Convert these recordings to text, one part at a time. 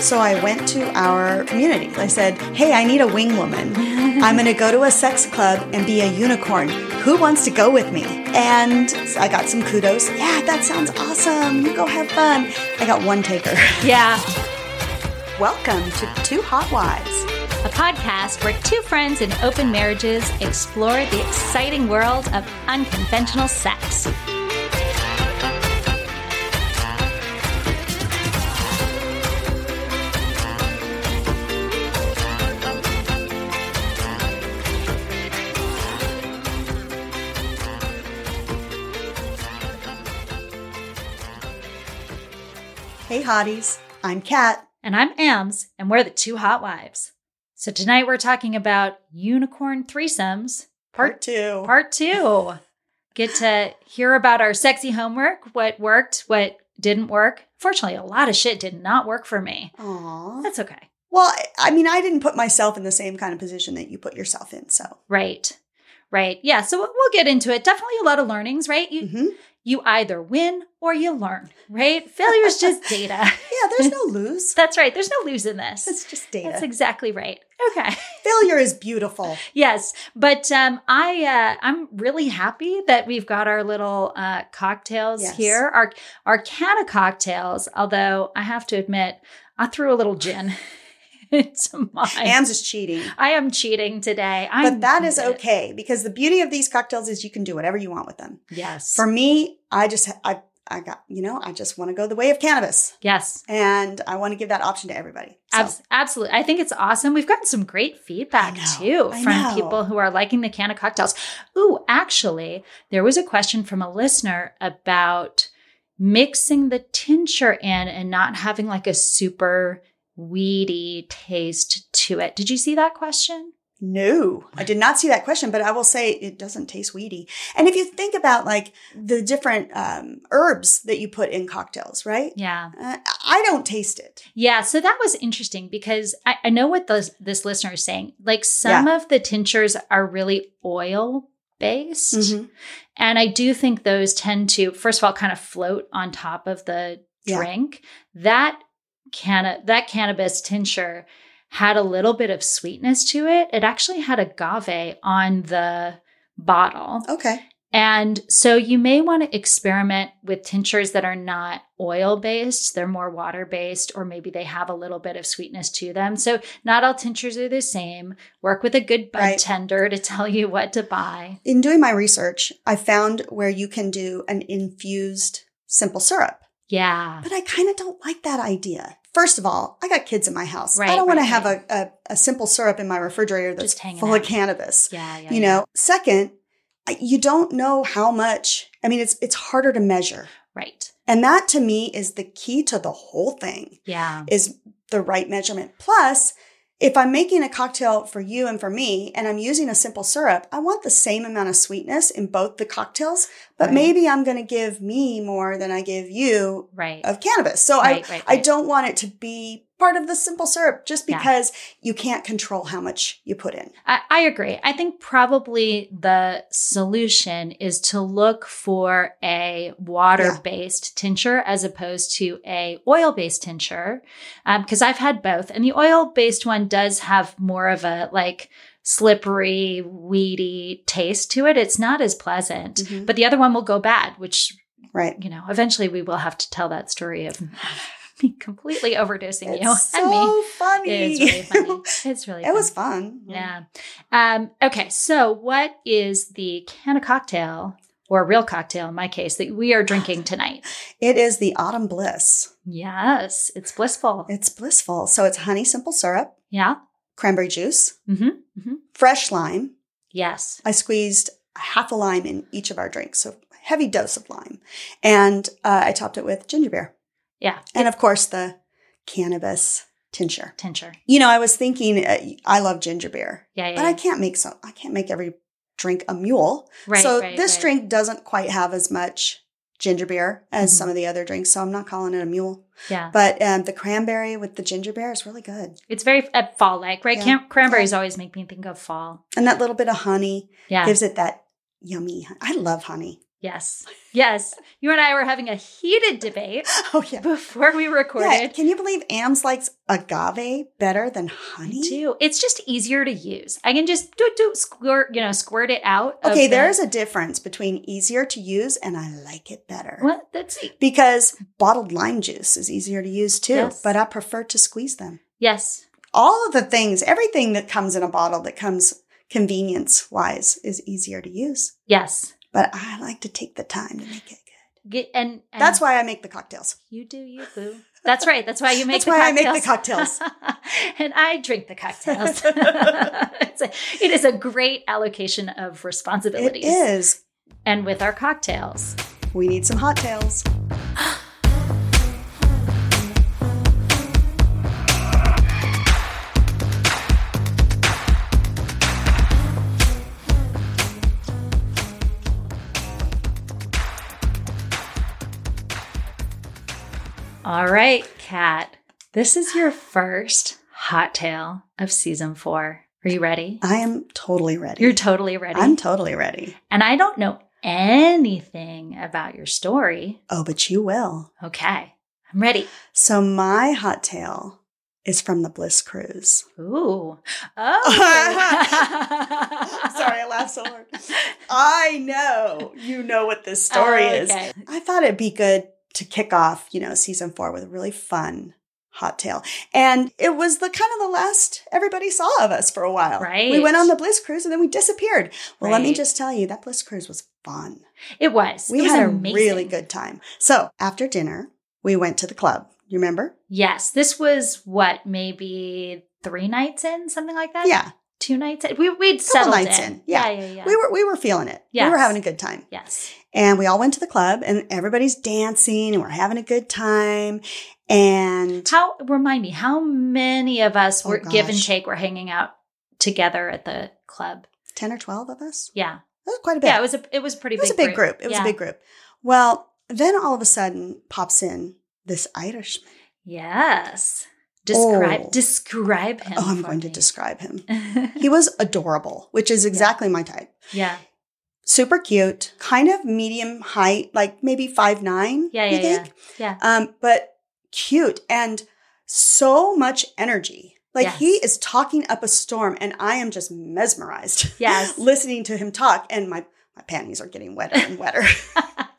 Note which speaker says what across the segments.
Speaker 1: So I went to our community. I said, Hey, I need a wing woman. I'm going to go to a sex club and be a unicorn. Who wants to go with me? And I got some kudos. Yeah, that sounds awesome. You go have fun. I got one taker.
Speaker 2: Yeah.
Speaker 1: Welcome to Two Hot Wives.
Speaker 2: a podcast where two friends in open marriages explore the exciting world of unconventional sex.
Speaker 1: Hey, hotties. I'm Kat.
Speaker 2: And I'm Ams, and we're the two hot wives. So tonight we're talking about unicorn threesomes,
Speaker 1: Part two.
Speaker 2: part two. Get to hear about our sexy homework, what worked, what didn't work. Fortunately, a lot of shit did not work for me.
Speaker 1: Aww.
Speaker 2: That's okay.
Speaker 1: Well, I- I mean, I didn't put myself in the same kind of position that you put yourself in. So,
Speaker 2: Right. Right. Yeah. So we'll we'll get into it. Definitely a lot of learnings, right? You,
Speaker 1: hmm
Speaker 2: you either win or you learn, right? Failure's just data.
Speaker 1: yeah, there's no lose.
Speaker 2: That's right. There's no lose in this.
Speaker 1: It's just
Speaker 2: That's
Speaker 1: data.
Speaker 2: exactly right. Okay.
Speaker 1: Failure is beautiful.
Speaker 2: Yes, but um, I uh, I'm really happy that we've got our little uh, cocktails
Speaker 1: Yes.
Speaker 2: here. Our our cata cocktails. Although I have to admit, I threw a little gin into mine.
Speaker 1: Ams is cheating.
Speaker 2: I am cheating today. i
Speaker 1: But that is okay because the beauty of these cocktails is you can do whatever you want with them.
Speaker 2: Yes.
Speaker 1: For me, I just I I got you know I just want to go the way of cannabis,
Speaker 2: yes.
Speaker 1: and I want to give that option to everybody. So,
Speaker 2: Abs- absolutely. I think it's awesome. We've gotten some great feedback
Speaker 1: I know.
Speaker 2: too
Speaker 1: I
Speaker 2: from
Speaker 1: know.
Speaker 2: people who are liking the can of cocktails. Ooh, actually, there was a question from a listener about mixing the tincture in and not having like a super weedy taste to it. Did you see that question?
Speaker 1: no, I did not see that question, but I will say it doesn't taste weedy. And if you think about like the different um, herbs that you put in cocktails, right?
Speaker 2: Yeah.
Speaker 1: Uh, I don't taste it.
Speaker 2: Yeah, so that was interesting because I, I know what this, this listener is saying. Like some of the tinctures are really oil based.
Speaker 1: Mhm.
Speaker 2: And I do think those tend to, first of all, kind of float on top of the
Speaker 1: Yeah.
Speaker 2: drink. That canna that cannabis tincture had a little bit of sweetness to it. It actually had agave on the bottle.
Speaker 1: Okay.
Speaker 2: And so you may want to experiment with tinctures that are not oil based, they're more water based, or maybe they have a little bit of sweetness to them. So not all tinctures are the same. Work with a good
Speaker 1: Right.
Speaker 2: bartender to tell you what to buy.
Speaker 1: In doing my research, I found where you can do an infused simple syrup.
Speaker 2: Yeah.
Speaker 1: But I kind of don't like that idea. First of all, I got kids in my house.
Speaker 2: Right,
Speaker 1: I don't want
Speaker 2: right,
Speaker 1: to have
Speaker 2: right.
Speaker 1: a, a, a simple syrup in my refrigerator that's
Speaker 2: Just hanging
Speaker 1: full
Speaker 2: out.
Speaker 1: of cannabis.
Speaker 2: Yeah, yeah.
Speaker 1: you
Speaker 2: yeah.
Speaker 1: know, second, I- you don't know how much. I mean, it's it's harder to measure.
Speaker 2: Right.
Speaker 1: And that to me is the key to the whole thing
Speaker 2: Yeah.
Speaker 1: is the right measurement. Plus, if I'm making a cocktail for you and for me and I'm using a simple syrup, I want the same amount of sweetness in both the cocktails, but
Speaker 2: Right.
Speaker 1: maybe I'm going to give me more than I give you
Speaker 2: Right.
Speaker 1: of cannabis. So Uh, I
Speaker 2: right, right,
Speaker 1: I
Speaker 2: right.
Speaker 1: don't want it to be part of the simple syrup just
Speaker 2: Yeah.
Speaker 1: because you can't control how much you put in.
Speaker 2: I, I agree. I think probably the solution is to look for a water-based tincture as opposed to a oil-based tincture, because I've had both, and the oil-based one does have more of a like slippery, weedy taste to it. It's not as pleasant,
Speaker 1: Mhm.
Speaker 2: but the other one will go bad, which
Speaker 1: Right.
Speaker 2: you know eventually we will have to tell that story of me completely overdosing you
Speaker 1: It's
Speaker 2: and me.
Speaker 1: so funny.
Speaker 2: It is really funny. It's really
Speaker 1: it was
Speaker 2: fun.
Speaker 1: fun.
Speaker 2: Yeah. Um, okay. So, what is the can of cocktail or real cocktail in my case that we are drinking tonight?
Speaker 1: It is the autumn bliss.
Speaker 2: Yes, it's blissful.
Speaker 1: It's blissful. So it's honey simple syrup,
Speaker 2: Yeah.
Speaker 1: cranberry juice,
Speaker 2: hmm
Speaker 1: fresh lime.
Speaker 2: Yes.
Speaker 1: I squeezed half a lime in each of our drinks, so heavy dose of lime, and uh, I topped it with ginger beer,
Speaker 2: Yeah.
Speaker 1: and of course the cannabis tincture.
Speaker 2: Tincture.
Speaker 1: You know, I was thinking uh, I love ginger beer,
Speaker 2: Yeah. Yeah.
Speaker 1: but I
Speaker 2: yeah.
Speaker 1: can't make so I can't make every drink a mule.
Speaker 2: Right.
Speaker 1: so
Speaker 2: right,
Speaker 1: this
Speaker 2: right.
Speaker 1: drink doesn't quite have as much ginger beer as
Speaker 2: Mhm.
Speaker 1: some of the other drinks, so I'm not calling it a mule.
Speaker 2: Yeah.
Speaker 1: But um, the cranberry with the ginger beer is really good,
Speaker 2: It's very uh, fall like, right?
Speaker 1: Yeah.
Speaker 2: Cam- cranberries always make me think of fall.
Speaker 1: and that little bit of honey
Speaker 2: Yeah.
Speaker 1: gives it that yummy. I love honey.
Speaker 2: Yes. Yes. You and I were having a heated debate
Speaker 1: Oh, yeah.
Speaker 2: before we
Speaker 1: Yeah,
Speaker 2: recorded.
Speaker 1: can you believe Ams likes agave better than honey?
Speaker 2: Do it's just easier to use. I can just do do squirt, you know, squirt it out. of
Speaker 1: Okay,
Speaker 2: the-
Speaker 1: there is a difference between easier to use and I like it better.
Speaker 2: what that's
Speaker 1: Because bottled lime juice is easier to use too,
Speaker 2: Yes.
Speaker 1: but I prefer to squeeze them.
Speaker 2: yes.
Speaker 1: All of the things, everything that comes in a bottle that comes convenience wise is easier to use,
Speaker 2: Yes.
Speaker 1: but I like to take the time to make it good.
Speaker 2: Get, and, and
Speaker 1: That's why I make the cocktails.
Speaker 2: you do you boo. That's right. That's why you make
Speaker 1: That's
Speaker 2: the
Speaker 1: why I
Speaker 2: cocktails.
Speaker 1: make the cocktails.
Speaker 2: and I drink the cocktails. it's a, it is a great allocation of
Speaker 1: It
Speaker 2: responsibilities.
Speaker 1: is.
Speaker 2: And with our cocktails.
Speaker 1: We need some hot tails.
Speaker 2: All right, Kat. This is your first hot tail of season four. Are you ready?
Speaker 1: I am totally ready.
Speaker 2: You're totally ready.
Speaker 1: I'm totally ready.
Speaker 2: and I don't know anything about your story.
Speaker 1: Oh, but you will.
Speaker 2: Okay, I'm ready.
Speaker 1: So my hot tail is from the Bliss Cruise.
Speaker 2: Ooh. Oh.
Speaker 1: Sorry, I laughed so hard. I know you know what this story
Speaker 2: Oh,
Speaker 1: is.
Speaker 2: okay.
Speaker 1: I thought it'd be good to kick off, you know, season four with a really fun hot tail. And it was the kind of the last everybody saw of us for a while.
Speaker 2: Right.
Speaker 1: We went on the Bliss Cruise and then we disappeared. Well, let me
Speaker 2: Right.
Speaker 1: just tell you, that Bliss Cruise was fun.
Speaker 2: It was.
Speaker 1: We
Speaker 2: it was
Speaker 1: had a
Speaker 2: amazing.
Speaker 1: really good time. So after dinner, we went to the club. You remember?
Speaker 2: Yes, this was what maybe three nights in, something like that.
Speaker 1: Yeah.
Speaker 2: two nights in. We we'd settled
Speaker 1: nights in, yeah.
Speaker 2: yeah, yeah. yeah.
Speaker 1: We were we were feeling it. We were
Speaker 2: Yes.
Speaker 1: having a good time.
Speaker 2: yes.
Speaker 1: And we all went to the club and everybody's dancing and we're having a good time. And
Speaker 2: How remind me how many of us
Speaker 1: Oh,
Speaker 2: were give and
Speaker 1: gosh.
Speaker 2: take were hanging out together at the club?
Speaker 1: 10 or 12 of us?
Speaker 2: Yeah,
Speaker 1: That was quite a bit.
Speaker 2: yeah. It was a it was a pretty.
Speaker 1: It was
Speaker 2: big
Speaker 1: a big group. It was
Speaker 2: Yeah.
Speaker 1: a big group. Well, then all of a sudden pops in this Irishman.
Speaker 2: Yes. Describe
Speaker 1: Oh.
Speaker 2: describe him.
Speaker 1: Oh, I'm
Speaker 2: for
Speaker 1: going to
Speaker 2: me.
Speaker 1: describe him. He was adorable, which is exactly my type.
Speaker 2: yeah.
Speaker 1: Super cute, kind of medium height, like maybe five nine.
Speaker 2: Yeah, yeah,
Speaker 1: you
Speaker 2: yeah.
Speaker 1: think? um, but cute and so much energy. Like
Speaker 2: Yes.
Speaker 1: he is talking up a storm, and I am just mesmerized.
Speaker 2: Yes.
Speaker 1: listening to him talk, and my my panties are getting wetter and wetter.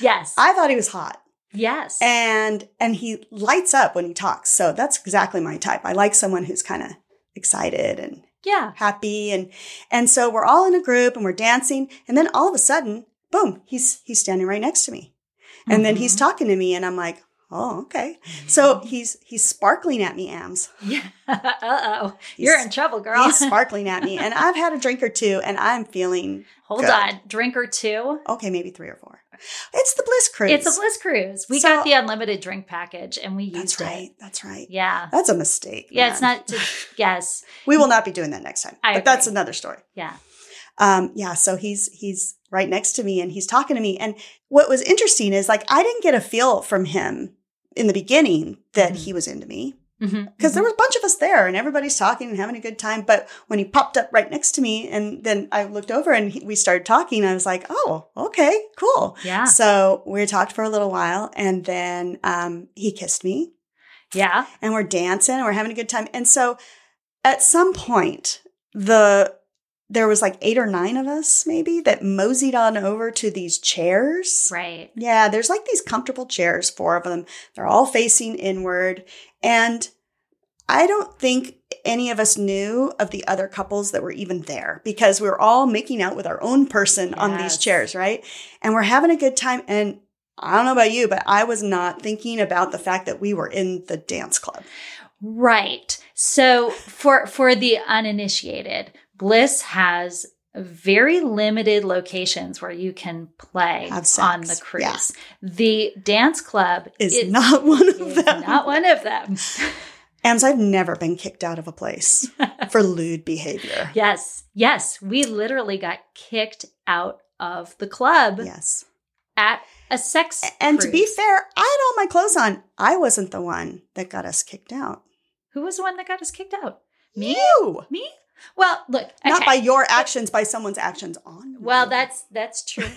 Speaker 2: yes.
Speaker 1: I thought he was hot,
Speaker 2: yes.
Speaker 1: and and he lights up when he talks. So that's exactly my type. I like someone who's kind of excited and
Speaker 2: yeah.
Speaker 1: happy, and and so we're all in a group and we're dancing, and then all of a sudden, boom, he's he's standing right next to me, and then he's
Speaker 2: Mhm.
Speaker 1: talking to me, and I'm like, oh okay. So he's he's sparkling at me, Ams.
Speaker 2: Mm-hmm. yeah. uh oh.
Speaker 1: He's-
Speaker 2: You're in trouble, girl.
Speaker 1: He's sparkling at me, and I've had a drink or two, and I'm feeling
Speaker 2: Hold
Speaker 1: good.
Speaker 2: on. Drink or two.
Speaker 1: okay, maybe three or four. It's the Bliss Cruise.
Speaker 2: It's a bliss cruise. We
Speaker 1: So-
Speaker 2: got the unlimited drink package and we used
Speaker 1: That's
Speaker 2: it.
Speaker 1: right. That's right.
Speaker 2: Yeah.
Speaker 1: That's a mistake.
Speaker 2: Yeah, it's
Speaker 1: man.
Speaker 2: not to, yes.
Speaker 1: We will not be doing that next time.
Speaker 2: I
Speaker 1: but that's
Speaker 2: agree.
Speaker 1: another story.
Speaker 2: Yeah.
Speaker 1: Um, yeah. So he's he's right next to me, and he's talking to me. And what was interesting is like I didn't get a feel from him in the beginning that
Speaker 2: Mhm.
Speaker 1: he was into me.
Speaker 2: Mhm.
Speaker 1: because there was a bunch of us there and everybody's talking and having a good time. But when he popped up right next to me, and then I looked over and he, we started talking, I was like, oh, okay, cool.
Speaker 2: Yeah.
Speaker 1: So we talked for a little while and then um, he kissed me
Speaker 2: Yeah.
Speaker 1: and we're dancing and we're having a good time. And so at some point, the there was like eight or nine of us maybe that moseyed on over to these chairs.
Speaker 2: Right.
Speaker 1: Yeah, there's like these comfortable chairs, four of them. They're all facing inward. And I don't think any of us knew of the other couples that were even there because we were all making out with our own person on these
Speaker 2: Yes.
Speaker 1: chairs, right? And we're having a good time. And I don't know about you, but I was not thinking about the fact that we were in the dance club.
Speaker 2: Right. So for for the uninitiated, Bliss has very limited locations where you can play
Speaker 1: Have
Speaker 2: on the
Speaker 1: sex.
Speaker 2: cruise.
Speaker 1: Yeah.
Speaker 2: The dance club
Speaker 1: Is not one of
Speaker 2: is
Speaker 1: them.
Speaker 2: not one of them.
Speaker 1: Ams, I've never been kicked out of a place for lewd behavior.
Speaker 2: Yes. Yes. We literally got kicked out of the club
Speaker 1: Yes.
Speaker 2: at a sex
Speaker 1: And to be
Speaker 2: cruise.
Speaker 1: fair, I had all my clothes on. I wasn't the one that got us kicked out.
Speaker 2: Who was the one that got us kicked out? Me?
Speaker 1: You.
Speaker 2: Me? Well, look,
Speaker 1: Not
Speaker 2: okay.
Speaker 1: by your actions, by someone's actions on. you.
Speaker 2: well, that's that's true.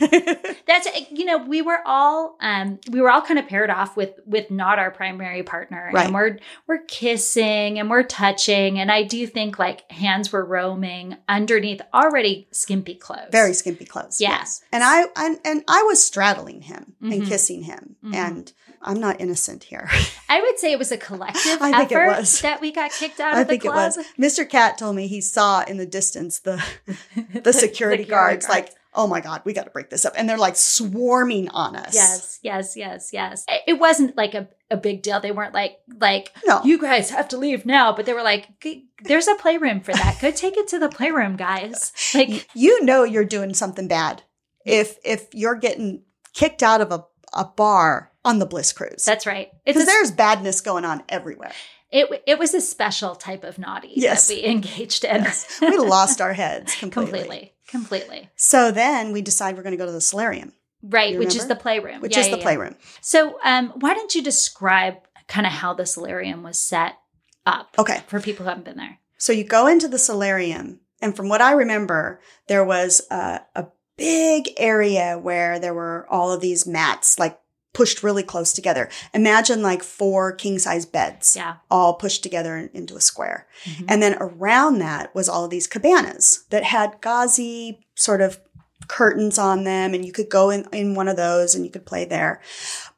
Speaker 2: that's eh, you know we were all um we were all kind of paired off with with not our primary partner
Speaker 1: Right.
Speaker 2: and we're we're kissing and we're touching and i do think like hands were roaming underneath already skimpy clothes
Speaker 1: very skimpy clothes.
Speaker 2: Yeah.
Speaker 1: And I and, and I was straddling him and
Speaker 2: Mhm.
Speaker 1: kissing him.
Speaker 2: Mhm.
Speaker 1: And I'm not innocent here.
Speaker 2: i would say it was a collective
Speaker 1: I think it
Speaker 2: effort
Speaker 1: was.
Speaker 2: that we got kicked out
Speaker 1: I
Speaker 2: of the
Speaker 1: think it
Speaker 2: club
Speaker 1: was. Mr. Cat told me he saw in the distance the the security guards like, oh my God, we gotta break this up. And they're like swarming on us.
Speaker 2: yes yes yes yes It- it wasn't like a, a big deal they weren't like like
Speaker 1: No.
Speaker 2: you guys have to leave now but they were like "G- there's a playroom for that go take it to the playroom guys like
Speaker 1: you know you're doing something bad if if you're getting kicked out of a, a bar on the Bliss Cruise.
Speaker 2: That's right. It's
Speaker 1: Because
Speaker 2: a,
Speaker 1: there's badness going on everywhere.
Speaker 2: it, it was a special type of naughty
Speaker 1: Yes.
Speaker 2: that we engaged in.
Speaker 1: We lost our heads completely.
Speaker 2: completely, completely.
Speaker 1: So then we decide we're going to go to the solarium,
Speaker 2: Right,
Speaker 1: You
Speaker 2: which is
Speaker 1: remember?
Speaker 2: the playroom.
Speaker 1: which
Speaker 2: Yeah,
Speaker 1: is
Speaker 2: yeah,
Speaker 1: the
Speaker 2: yeah.
Speaker 1: playroom.
Speaker 2: So, um, why don't you describe kind of how the solarium was set up
Speaker 1: Okay.
Speaker 2: for people who haven't been there?
Speaker 1: So you go into the solarium, and from what I remember, there was a, a big area where there were all of these mats like pushed really close together. Imagine like four king size beds
Speaker 2: Yeah.
Speaker 1: all pushed together in- into a square.
Speaker 2: Mhm.
Speaker 1: And then around that was all of these cabanas that had gauzy sort of curtains on them and you could go in, in one of those and you could play there.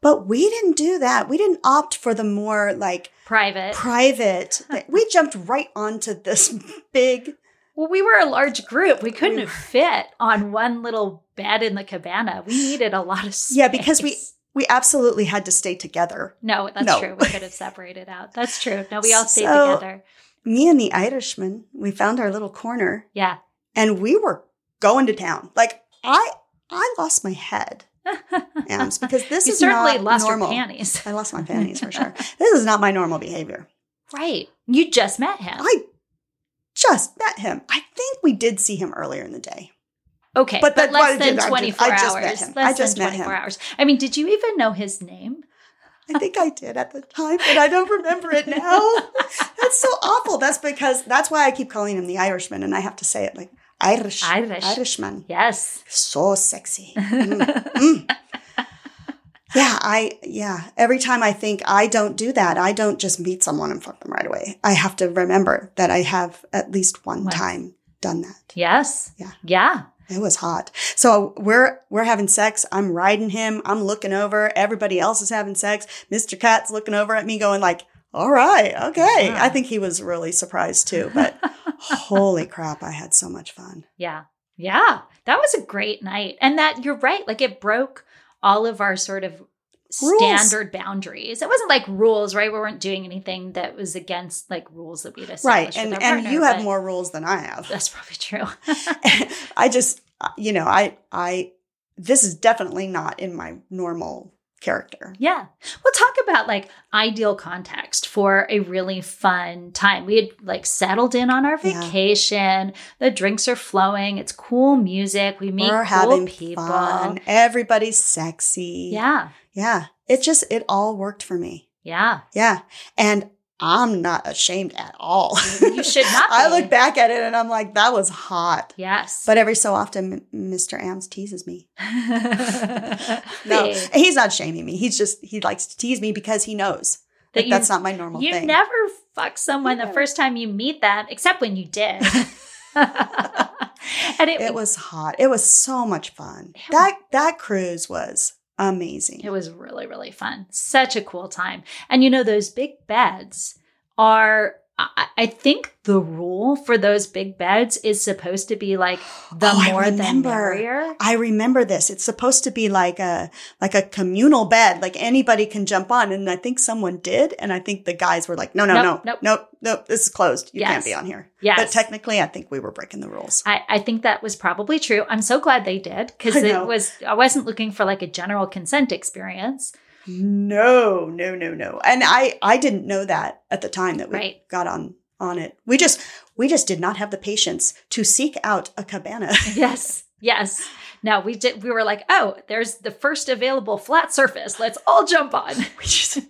Speaker 1: But we didn't do that. We didn't opt for the more like
Speaker 2: Private.
Speaker 1: private. We jumped right onto this big.
Speaker 2: well, we were a large group. We couldn't
Speaker 1: We were-
Speaker 2: fit on one little bed in the cabana. We needed a lot of space.
Speaker 1: Yeah, because we- We absolutely had to stay together.
Speaker 2: No, that's
Speaker 1: No.
Speaker 2: true. We could have separated out. That's true. No, we all stayed
Speaker 1: So-
Speaker 2: together.
Speaker 1: Me and the Irishman, we found our little corner
Speaker 2: Yeah.
Speaker 1: and we were going to town. Like I, I lost my head, Ams, because this
Speaker 2: you
Speaker 1: is
Speaker 2: certainly
Speaker 1: not
Speaker 2: lost
Speaker 1: normal.
Speaker 2: your panties.
Speaker 1: I lost my panties for sure. This is not my normal behavior.
Speaker 2: Right. You just met him.
Speaker 1: I just met him. I think we did see him earlier in the day.
Speaker 2: okay.
Speaker 1: but
Speaker 2: But,
Speaker 1: that-
Speaker 2: less
Speaker 1: I
Speaker 2: than
Speaker 1: did- I did-
Speaker 2: 24
Speaker 1: I just
Speaker 2: hours.
Speaker 1: met him.
Speaker 2: Less
Speaker 1: I just
Speaker 2: than
Speaker 1: met
Speaker 2: 24
Speaker 1: him.
Speaker 2: hours. I mean, did you even know his name?
Speaker 1: I think I did at the time, but I don't remember it now. That's so awful. That's because that's why I keep calling him the Irishman, and I have to say it like Irish,
Speaker 2: Irish.
Speaker 1: Irishman.
Speaker 2: Yes.
Speaker 1: So sexy. Mm, mm. Yeah, I yeah. Every time I think I don't do that, I don't just meet someone and fuck them right away. I have to remember that I have at least one
Speaker 2: Once.
Speaker 1: time done that.
Speaker 2: Yes.
Speaker 1: Yeah.
Speaker 2: Yeah.
Speaker 1: It was hot. So we're we're having sex. I'm riding him. I'm looking over. Everybody else is having sex. Mr. Cat's looking over at me, going like, "All right, okay."
Speaker 2: Yeah.
Speaker 1: I think he was really surprised too. But holy crap, I had so much fun.
Speaker 2: Yeah. Yeah. That was a great night. And that you're right. Like it broke all of our sort of
Speaker 1: Rules.
Speaker 2: standard boundaries. It wasn't like rules, right? We weren't doing anything that was against like rules that we'd
Speaker 1: Right,
Speaker 2: established.
Speaker 1: and
Speaker 2: with
Speaker 1: and
Speaker 2: our partner,
Speaker 1: you have
Speaker 2: but
Speaker 1: more rules than I have.
Speaker 2: That's probably true.
Speaker 1: I just, you know, I I this is definitely not in my normal character.
Speaker 2: Yeah. We'll talk about like ideal context for a really fun time. We had like settled in on our
Speaker 1: Yeah.
Speaker 2: vacation. The drinks are flowing. It's cool music. We meet
Speaker 1: We're
Speaker 2: cool
Speaker 1: having
Speaker 2: people.
Speaker 1: fun. Everybody's sexy.
Speaker 2: Yeah.
Speaker 1: yeah. It just it all worked for me.
Speaker 2: Yeah.
Speaker 1: Yeah. And I'm not ashamed at all.
Speaker 2: You should not
Speaker 1: I
Speaker 2: be.
Speaker 1: look back at it and I'm like, that was hot.
Speaker 2: Yes.
Speaker 1: But every so often, M- Mr. Ams teases me. No,
Speaker 2: Babe,
Speaker 1: he's not shaming me. He's just, he likes to tease me because he knows that,
Speaker 2: That you-
Speaker 1: that's not my normal
Speaker 2: you
Speaker 1: thing.
Speaker 2: never fuck someone
Speaker 1: You
Speaker 2: the
Speaker 1: never-
Speaker 2: first time you meet them, except when you did. and it,
Speaker 1: it was hot. It was so much fun.
Speaker 2: It
Speaker 1: That, that cruise was amazing.
Speaker 2: It was really, really fun. Such a cool time. And you know, those big beds are, I, I think the rule for those big beds is supposed to be like the
Speaker 1: Oh, I
Speaker 2: more the
Speaker 1: remember.
Speaker 2: merrier.
Speaker 1: I remember this. It's supposed to be like a like a communal bed, like anybody can jump on. And I think someone did, and I think the guys were like, "No, no,
Speaker 2: Nope,
Speaker 1: no,
Speaker 2: nope.
Speaker 1: no, nope, nope, this is closed. You can't
Speaker 2: Yes.
Speaker 1: be on here."
Speaker 2: Yes.
Speaker 1: But technically, I think we were breaking the rules.
Speaker 2: I, I think that was probably true. I'm so glad they did because
Speaker 1: I know.
Speaker 2: it was I wasn't looking for like a general consent experience.
Speaker 1: No, no, no, no. And I I didn't know that at the time that we
Speaker 2: Right.
Speaker 1: got on on it. We just we just did not have the patience to seek out a cabana.
Speaker 2: Yes. Yes. No, we did we were like, oh, there's the first available flat surface. Let's all jump on.
Speaker 1: We just-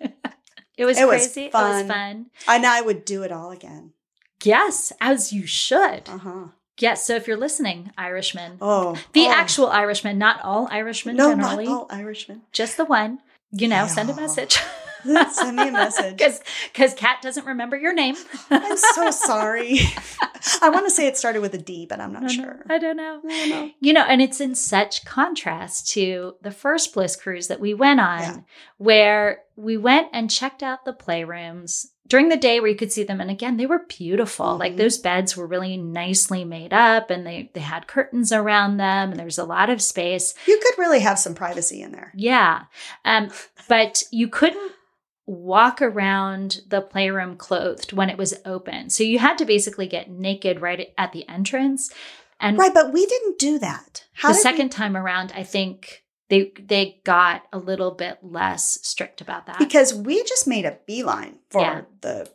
Speaker 2: It was
Speaker 1: It was
Speaker 2: crazy. It
Speaker 1: fun.
Speaker 2: was fun.
Speaker 1: and I would do it all again.
Speaker 2: Yes, as you should.
Speaker 1: Uh huh.
Speaker 2: Yes. So if you're listening, Irishmen,
Speaker 1: Oh.
Speaker 2: the
Speaker 1: oh.
Speaker 2: actual Irishman, not all Irishmen
Speaker 1: No,
Speaker 2: generally,
Speaker 1: not all Irishmen.
Speaker 2: just the one, you know, send a
Speaker 1: Yeah.
Speaker 2: message.
Speaker 1: Send me a message.
Speaker 2: Because Kat doesn't remember your name.
Speaker 1: I'm so sorry. I want to say it started with a D, but I'm not
Speaker 2: I don't know.
Speaker 1: sure.
Speaker 2: Mm-hmm. I don't know.
Speaker 1: I don't know.
Speaker 2: You know, and it's in such contrast to the first Bliss cruise that we went on,
Speaker 1: Yeah.
Speaker 2: where we went and checked out the playrooms during the day where you could see them. And again, they were beautiful. Like
Speaker 1: Mhm.
Speaker 2: those beds were really nicely made up and they, they had curtains around them and there was a lot of space.
Speaker 1: You could really have some privacy in there.
Speaker 2: Yeah. Um, but you couldn't walk around the playroom clothed when it was open. So you had to basically get naked right at the entrance. And
Speaker 1: Right, but we didn't do that. How
Speaker 2: the
Speaker 1: did we-
Speaker 2: second time around, I think they they got a little bit less strict about that.
Speaker 1: because we just made a beeline for
Speaker 2: Yeah.
Speaker 1: the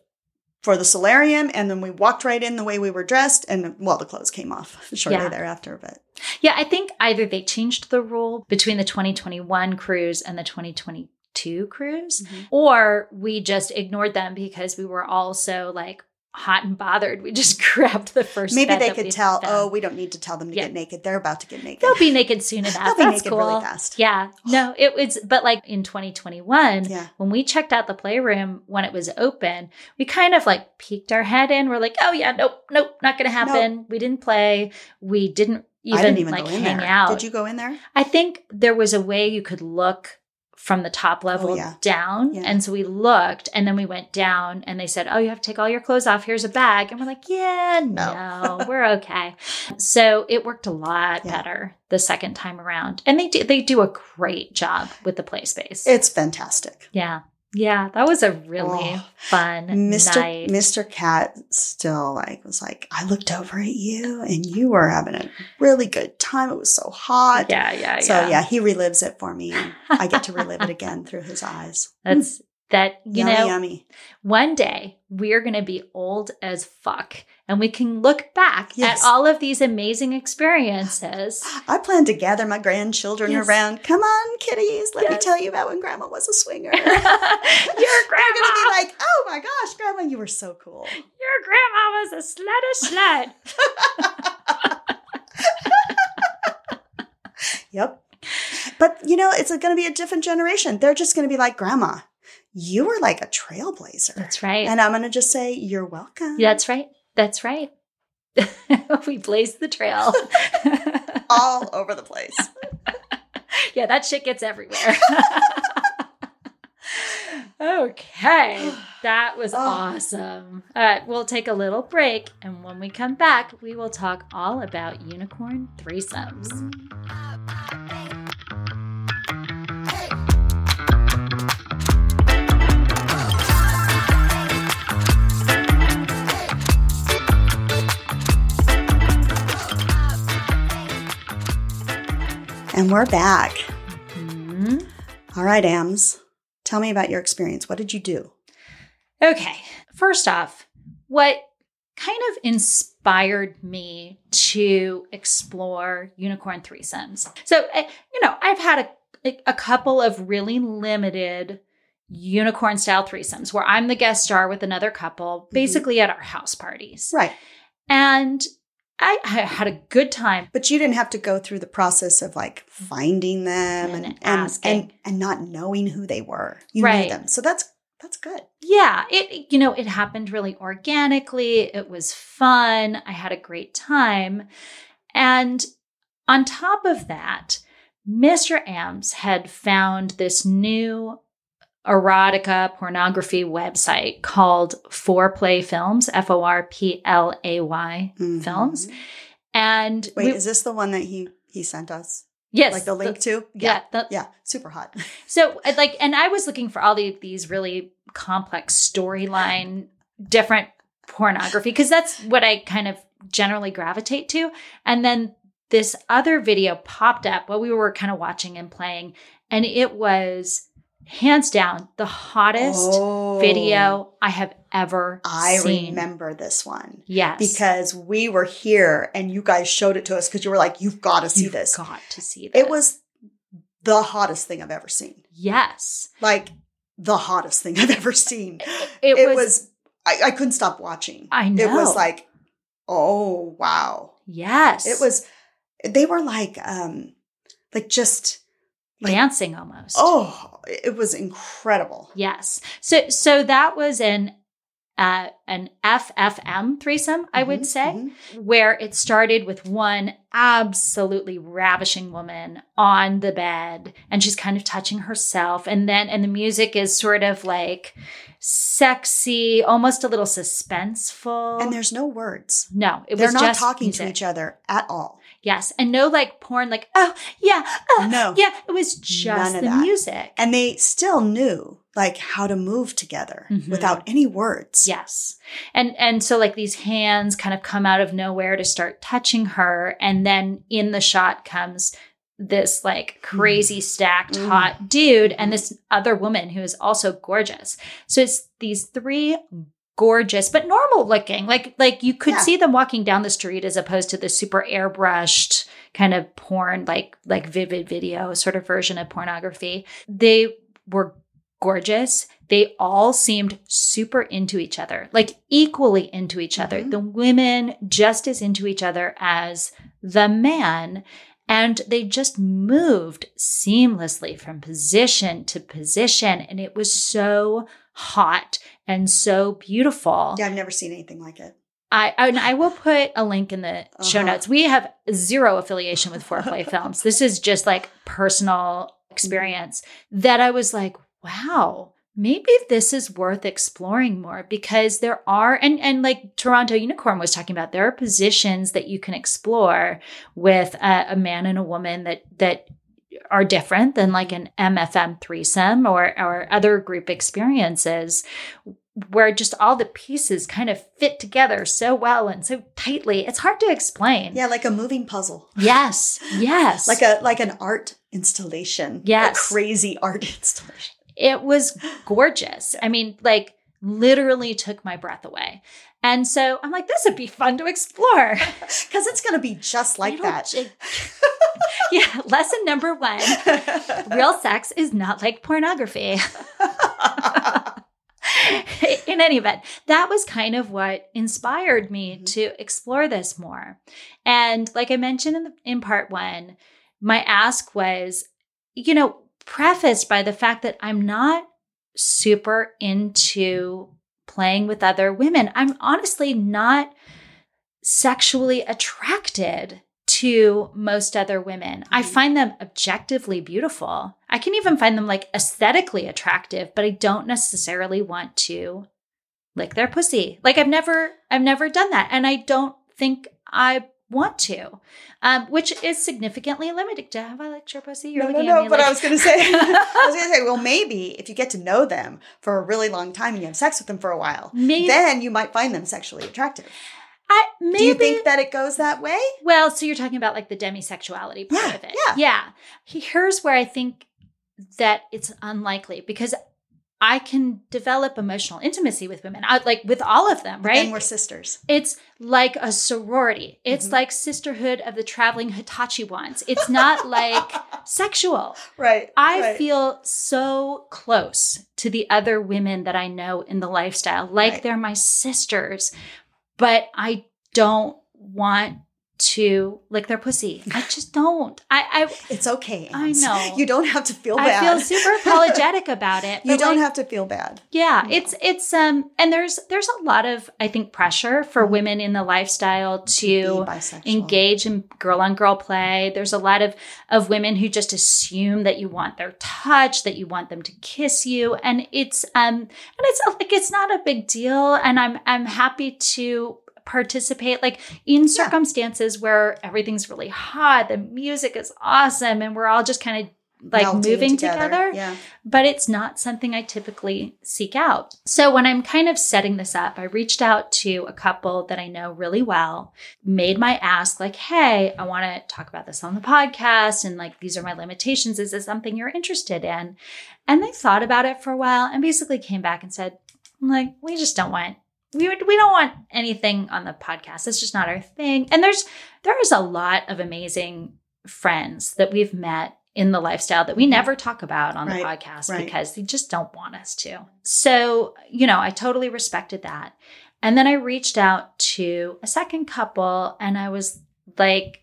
Speaker 1: for the solarium and then we walked right in the way we were dressed and well the clothes came off shortly
Speaker 2: Yeah.
Speaker 1: thereafter but
Speaker 2: yeah, I think either they changed the rule between the 2021 cruise and the 2022 cruise, or we just ignored them because we were all so like hot and bothered. We just grabbed the first.
Speaker 1: maybe
Speaker 2: bed
Speaker 1: they
Speaker 2: that we
Speaker 1: could tell
Speaker 2: found.
Speaker 1: oh we don't need to tell them to
Speaker 2: Yeah.
Speaker 1: get naked they're about to get naked
Speaker 2: They'll be naked soon enough.
Speaker 1: They'll be
Speaker 2: That's
Speaker 1: naked
Speaker 2: cool.
Speaker 1: really fast
Speaker 2: Yeah. No, it was, but like in 2021,
Speaker 1: Yeah.
Speaker 2: when we checked out the playroom when it was open, we kind of like peeked our head in. We're like, oh, yeah, nope, nope, not going to happen. We didn't play. We didn't even,
Speaker 1: I didn't even
Speaker 2: like
Speaker 1: go in
Speaker 2: hang
Speaker 1: there
Speaker 2: out.
Speaker 1: did you go in there
Speaker 2: I think there was a way you could look from the top level
Speaker 1: Oh, yeah.
Speaker 2: down.
Speaker 1: Yeah.
Speaker 2: And so we looked and then we went down and they said, Oh, you have to take all your clothes off. Here's a bag. And we're like, Yeah,
Speaker 1: No.
Speaker 2: no, we're okay. So it worked a lot
Speaker 1: Yeah.
Speaker 2: better the second time around. And they do they do a great job with the play space.
Speaker 1: it's fantastic
Speaker 2: yeah. Yeah. That was a really
Speaker 1: Oh.
Speaker 2: fun
Speaker 1: Mr.
Speaker 2: night.
Speaker 1: Mr. Cat still like was like, I looked over at you and you were having a really good time. It was so hot.
Speaker 2: yeah, yeah,
Speaker 1: so yeah. he relives it for me. and I get to relive it again through his eyes. Mm,
Speaker 2: That's that, you
Speaker 1: yummy,
Speaker 2: know,
Speaker 1: yummy.
Speaker 2: One day we're going to be old as fuck and we can look back
Speaker 1: Yes.
Speaker 2: at all of these amazing experiences.
Speaker 1: I plan to gather my grandchildren
Speaker 2: Yes.
Speaker 1: around. Come on, kitties. Let me
Speaker 2: Yes.
Speaker 1: tell you about when grandma was a swinger.
Speaker 2: your grandma,
Speaker 1: They're going to be like, oh my gosh, grandma, you were so cool.
Speaker 2: your grandma was a slut of slut.
Speaker 1: Yep. But you know, it's going to be a different generation. They're just going to be like, grandma, you were like a trailblazer.
Speaker 2: That's right.
Speaker 1: And I'm going to just say, you're welcome.
Speaker 2: That's right. That's right. we blazed the trail.
Speaker 1: All over the place.
Speaker 2: yeah, that shit gets everywhere. okay. That was
Speaker 1: Oh.
Speaker 2: awesome. All right, we'll take a little break. And when we come back, we will talk all about unicorn threesomes.
Speaker 1: And we're back.
Speaker 2: Hmm.
Speaker 1: All right, Ams. Tell me about your experience. What did you do?
Speaker 2: Okay. First off, what kind of inspired me to explore unicorn threesomes? So, eh, you know, I've had a, a couple of really limited unicorn style threesomes where I'm the guest star with another couple,
Speaker 1: Mhm.
Speaker 2: basically at our house parties.
Speaker 1: Right.
Speaker 2: And I, I had a good time.
Speaker 1: But you didn't have to go through the process of like finding them
Speaker 2: And
Speaker 1: and
Speaker 2: asking.
Speaker 1: and, and not knowing who they were. You
Speaker 2: Right.
Speaker 1: knew them. So that's that's good.
Speaker 2: Yeah, it you know, it happened really organically. It was fun. I had a great time. And on top of that, Mr. Ams had found this new erotica pornography website called Foreplay Films, F O R P L A Y
Speaker 1: Mhm.
Speaker 2: Films. And
Speaker 1: Wait,
Speaker 2: we-
Speaker 1: is this the one that he he sent us?
Speaker 2: yes,
Speaker 1: like the link to?
Speaker 2: yeah, the-
Speaker 1: Yeah. Super hot.
Speaker 2: So I'd like, and I was looking for all the, these really complex storyline, different pornography, because that's what I kind of generally gravitate to. And then this other video popped up while we were kind of watching and playing, and it was hands down the hottest
Speaker 1: Oh,
Speaker 2: video I have ever
Speaker 1: I
Speaker 2: seen.
Speaker 1: remember this one.
Speaker 2: Yes.
Speaker 1: Because we were here and you guys showed it to us because you were like, you've got to see
Speaker 2: You've
Speaker 1: this.
Speaker 2: got to see this.
Speaker 1: It was the hottest thing I've ever seen.
Speaker 2: yes.
Speaker 1: Like the hottest thing I've ever seen.
Speaker 2: It,
Speaker 1: It, was,
Speaker 2: was,
Speaker 1: I, I couldn't stop watching.
Speaker 2: I know.
Speaker 1: It was like, oh wow.
Speaker 2: yes.
Speaker 1: It was they were like um like just like-
Speaker 2: dancing almost.
Speaker 1: oh it was incredible.
Speaker 2: Yes. So so that was an uh, an FFM threesome, I would
Speaker 1: Mhm,
Speaker 2: say,
Speaker 1: mhm.
Speaker 2: where it started with one absolutely ravishing woman on the bed, and she's kind of touching herself, and then and the music is sort of like sexy, almost a little suspenseful.
Speaker 1: And there's no words.
Speaker 2: no, it
Speaker 1: They're
Speaker 2: was
Speaker 1: not
Speaker 2: just
Speaker 1: talking to
Speaker 2: music.
Speaker 1: each other at all.
Speaker 2: Yes, and no like porn, like oh yeah, oh,
Speaker 1: No.
Speaker 2: yeah. It was just
Speaker 1: None of
Speaker 2: the
Speaker 1: that.
Speaker 2: music.
Speaker 1: And they still knew like how to move together
Speaker 2: Mhm.
Speaker 1: without any words.
Speaker 2: Yes. And and so like these hands kind of come out of nowhere to start touching her and then in the shot comes this like crazy stacked
Speaker 1: Mm.
Speaker 2: hot dude and this other woman who is also gorgeous. So it's these three gorgeous but normal looking. Like like you could
Speaker 1: Yeah.
Speaker 2: see them walking down the street as opposed to the super airbrushed kind of porn like like vivid video sort of version of pornography. They were gorgeous. They all seemed super into each other, like equally into each other.
Speaker 1: Mhm.
Speaker 2: The women just as into each other as the man. And they just moved seamlessly from position to position. And it was so hot and so beautiful.
Speaker 1: Yeah, I've never seen anything like it.
Speaker 2: I and I will put a link in the show
Speaker 1: Uh-huh.
Speaker 2: notes. We have zero affiliation with foreplay films. This is just like personal experience that I was like, wow, maybe this is worth exploring more because there are and and like Toronto Unicorn was talking about, there are positions that you can explore with a, a man and a woman that that are different than like an MFM threesome or or other group experiences where just all the pieces kind of fit together so well and so tightly. It's hard to explain.
Speaker 1: Yeah, like a moving puzzle.
Speaker 2: Yes. Yes.
Speaker 1: Like a like an art installation.
Speaker 2: Yes.
Speaker 1: A crazy art installation.
Speaker 2: it was gorgeous. I mean, like literally took my breath away. And so I'm like, this would be fun to explore.
Speaker 1: Because it's gonna be just like
Speaker 2: It'll
Speaker 1: that.
Speaker 2: j- yeah. Lesson number one. Real sex is not like pornography. in any event, that was kind of what inspired me
Speaker 1: Mhm.
Speaker 2: to explore this more. And like I mentioned in, the, in part one, my ask was, you know, prefaced by the fact that I'm not super into playing with other women. I'm honestly not sexually attracted to most other women. I
Speaker 1: Mhm.
Speaker 2: find them objectively beautiful. I can even find them like aesthetically attractive, but I don't necessarily want to lick their pussy. Like I've never I've never done that and I don't think I want to. Um which is significantly limited. Have I licked your pussy? You're
Speaker 1: no, no,
Speaker 2: looking at
Speaker 1: no.
Speaker 2: me
Speaker 1: But
Speaker 2: like-
Speaker 1: I was gonna say I was gonna say, well, maybe if you get to know them for a really long time and you have sex with them for a while,
Speaker 2: Maybe
Speaker 1: then you might find them sexually attractive.
Speaker 2: I maybe
Speaker 1: Do you think that it goes that way?
Speaker 2: Well, so you're talking about like the demisexuality part
Speaker 1: Yeah,
Speaker 2: of it.
Speaker 1: yeah.
Speaker 2: Yeah. He- Here's where I think that it's unlikely because I can develop emotional intimacy with women, I, like with all of them, right?
Speaker 1: And we're sisters.
Speaker 2: It's like a sorority. It's
Speaker 1: Mhm.
Speaker 2: like sisterhood of the traveling Hitachi ones. It's not like sexual.
Speaker 1: Right.
Speaker 2: I
Speaker 1: right.
Speaker 2: feel so close to the other women that I know in the lifestyle, like
Speaker 1: Right.
Speaker 2: they're my sisters, but I don't want to lick their pussy. I just don't. I
Speaker 1: it's okay.
Speaker 2: I
Speaker 1: Ans.
Speaker 2: know.
Speaker 1: You don't have to feel
Speaker 2: I, I
Speaker 1: bad.
Speaker 2: feel super apologetic about it.
Speaker 1: you
Speaker 2: but,
Speaker 1: don't
Speaker 2: like,
Speaker 1: have to feel bad.
Speaker 2: yeah,
Speaker 1: No.
Speaker 2: it's it's um and there's there's a lot of I think pressure for
Speaker 1: Mhm.
Speaker 2: women in the lifestyle
Speaker 1: Be
Speaker 2: to
Speaker 1: bisexual.
Speaker 2: engage in girl on girl play. There's a lot of of women who just assume that you want their touch, that you want them to kiss you, and it's um and it's like it's not a big deal. And I'm I'm happy to participate like in
Speaker 1: Yeah.
Speaker 2: circumstances where everything's really hot, the music is awesome, and we're all just kind of like
Speaker 1: Melting
Speaker 2: moving together
Speaker 1: Yeah.
Speaker 2: but it's not something I typically seek out. So when I'm kind of setting this up, I reached out to a couple that I know really well, made my ask like, "Hey, I want to talk about this on the podcast and like these are my limitations. Is this something you're interested in?" And they thought about it for a while and basically came back and said, I'm like, we just don't want we would, we don't want anything on the podcast. It's just not our thing. And there's there is a lot of amazing friends that we've met in the lifestyle that we never talk about on the
Speaker 1: Right,
Speaker 2: podcast
Speaker 1: right.
Speaker 2: because they just don't want us to. So, you know, I totally respected that. And then I reached out to a second couple and I was like,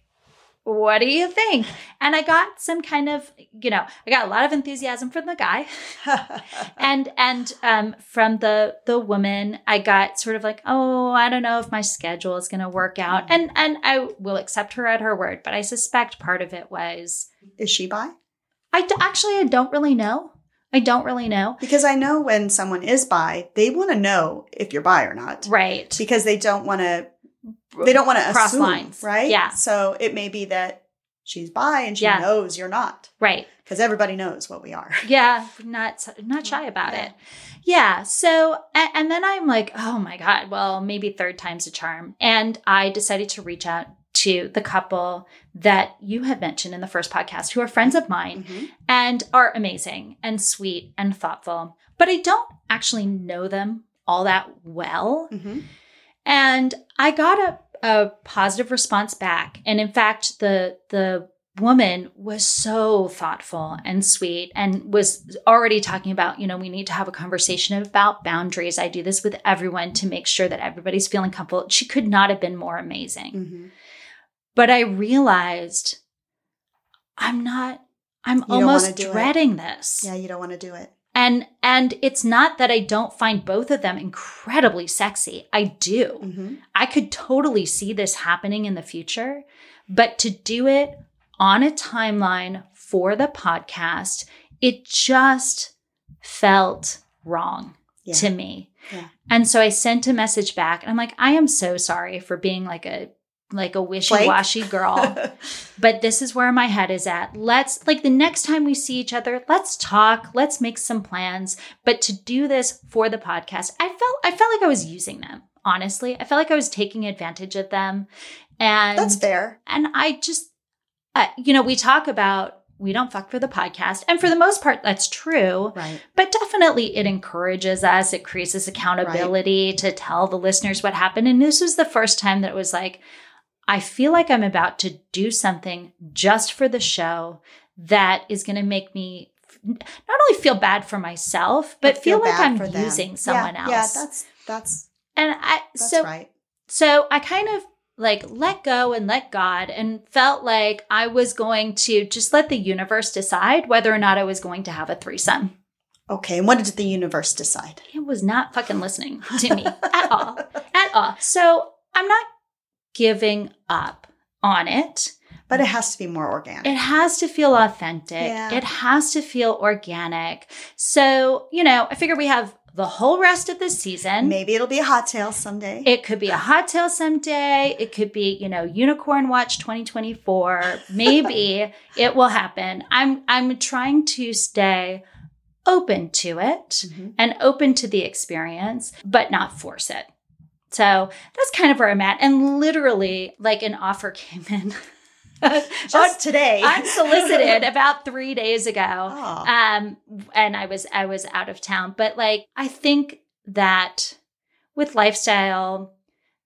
Speaker 2: what do you think? And I got some kind of, you know, I got a lot of enthusiasm from the guy and and um from the the woman i got sort of like oh i don't know if my schedule is going to work out and and i will accept her at her word but i suspect part of it was
Speaker 1: Is she bi?
Speaker 2: i d- actually i don't really know i don't really know
Speaker 1: Because I know when someone is bi, they want to know if you're bi or not.
Speaker 2: right
Speaker 1: Because they don't want to they don't want to
Speaker 2: Cross
Speaker 1: assume,
Speaker 2: lines.
Speaker 1: right?
Speaker 2: Yeah.
Speaker 1: So it may be that she's bi and she
Speaker 2: Yeah.
Speaker 1: knows you're not,
Speaker 2: right
Speaker 1: because everybody knows what we are.
Speaker 2: yeah not not shy about
Speaker 1: Yeah.
Speaker 2: it yeah so and, and then i'm like oh my god well maybe third time's a charm and i decided to reach out to the couple that you had mentioned in the first podcast who are friends of mine
Speaker 1: Mhm.
Speaker 2: and are amazing and sweet and thoughtful. But I don't actually know them all that well.
Speaker 1: Mhm.
Speaker 2: And I got a, a positive response back. And in fact, the the woman was so thoughtful and sweet and was already talking about, you know, we need to have a conversation about boundaries. I do this with everyone to make sure that everybody's feeling comfortable. She could not have been more amazing
Speaker 1: Mhm.
Speaker 2: but I realized I'm not I'm
Speaker 1: don't wanna
Speaker 2: almost
Speaker 1: do it.
Speaker 2: dreading this.
Speaker 1: Yeah, you don't want to do it.
Speaker 2: And and it's not that I don't find both of them incredibly sexy. I do.
Speaker 1: hmm
Speaker 2: I could totally see this happening in the future, but to do it on a timeline for the podcast, it just felt wrong
Speaker 1: Yeah.
Speaker 2: to me.
Speaker 1: Yeah.
Speaker 2: And so I sent a message back and I'm like, I am so sorry for being like a like a wishy-washy girl but this is where my head is at. Let's, like, the next time we see each other, let's talk, let's make some plans. But to do this for the podcast, I felt, I felt like I was using them, honestly. I felt like I was taking advantage of them. And,
Speaker 1: That's fair.
Speaker 2: and I just, uh, you know, we talk about we don't fuck for the podcast. And for the most part, that's true.
Speaker 1: Right.
Speaker 2: But definitely, it encourages us. It creates accountability to tell the listeners what happened. And this was the first time that it was like, I feel like I'm about to do something just for the show that is going to make me f- not only feel bad for myself, but, feel, like
Speaker 1: bad
Speaker 2: I'm
Speaker 1: for them.
Speaker 2: using
Speaker 1: Yeah,
Speaker 2: someone else.
Speaker 1: Yeah, that's that's
Speaker 2: and I
Speaker 1: that's
Speaker 2: so
Speaker 1: right.
Speaker 2: so I kind of like let go and let God and felt like I was going to just let the universe decide whether or not I was going to have a threesome.
Speaker 1: Okay, and what did the universe decide?
Speaker 2: It was not fucking listening to me at all. At all. So I'm not giving up on it.
Speaker 1: But it has to be more organic.
Speaker 2: It has to feel authentic.
Speaker 1: Yeah.
Speaker 2: It has to feel organic. So, you know, I figure we have the whole rest of the season.
Speaker 1: Maybe it'll be a hot tail someday.
Speaker 2: It could be a hot tail someday. It could be, you know, unicorn watch 2024. Maybe it will happen. I'm I'm trying to stay open to it
Speaker 1: Mhm.
Speaker 2: and open to the experience, but not force it. So that's kind of where I'm at. And literally, like an offer came in
Speaker 1: Just today.
Speaker 2: unsolicited about three days ago.
Speaker 1: Oh,
Speaker 2: Um, and I was I was out of town. But like I think that with lifestyle,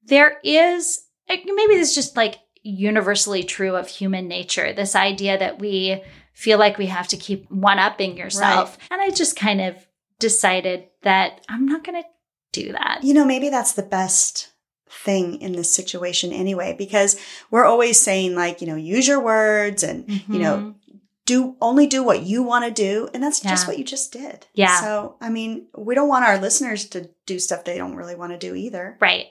Speaker 2: there is like, maybe this is just like universally true of human nature, this idea that we feel like we have to keep one upping yourself. And I just kind of decided that I'm not gonna do that.
Speaker 1: you know, maybe that's the best thing in this situation anyway, because we're always saying like, you know, use your words and you know,
Speaker 2: Mhm.
Speaker 1: do only do what you want to do and that's just
Speaker 2: Yeah.
Speaker 1: what you just did
Speaker 2: Yeah.
Speaker 1: so i mean we don't want our listeners to do stuff they don't really want to do either
Speaker 2: Right.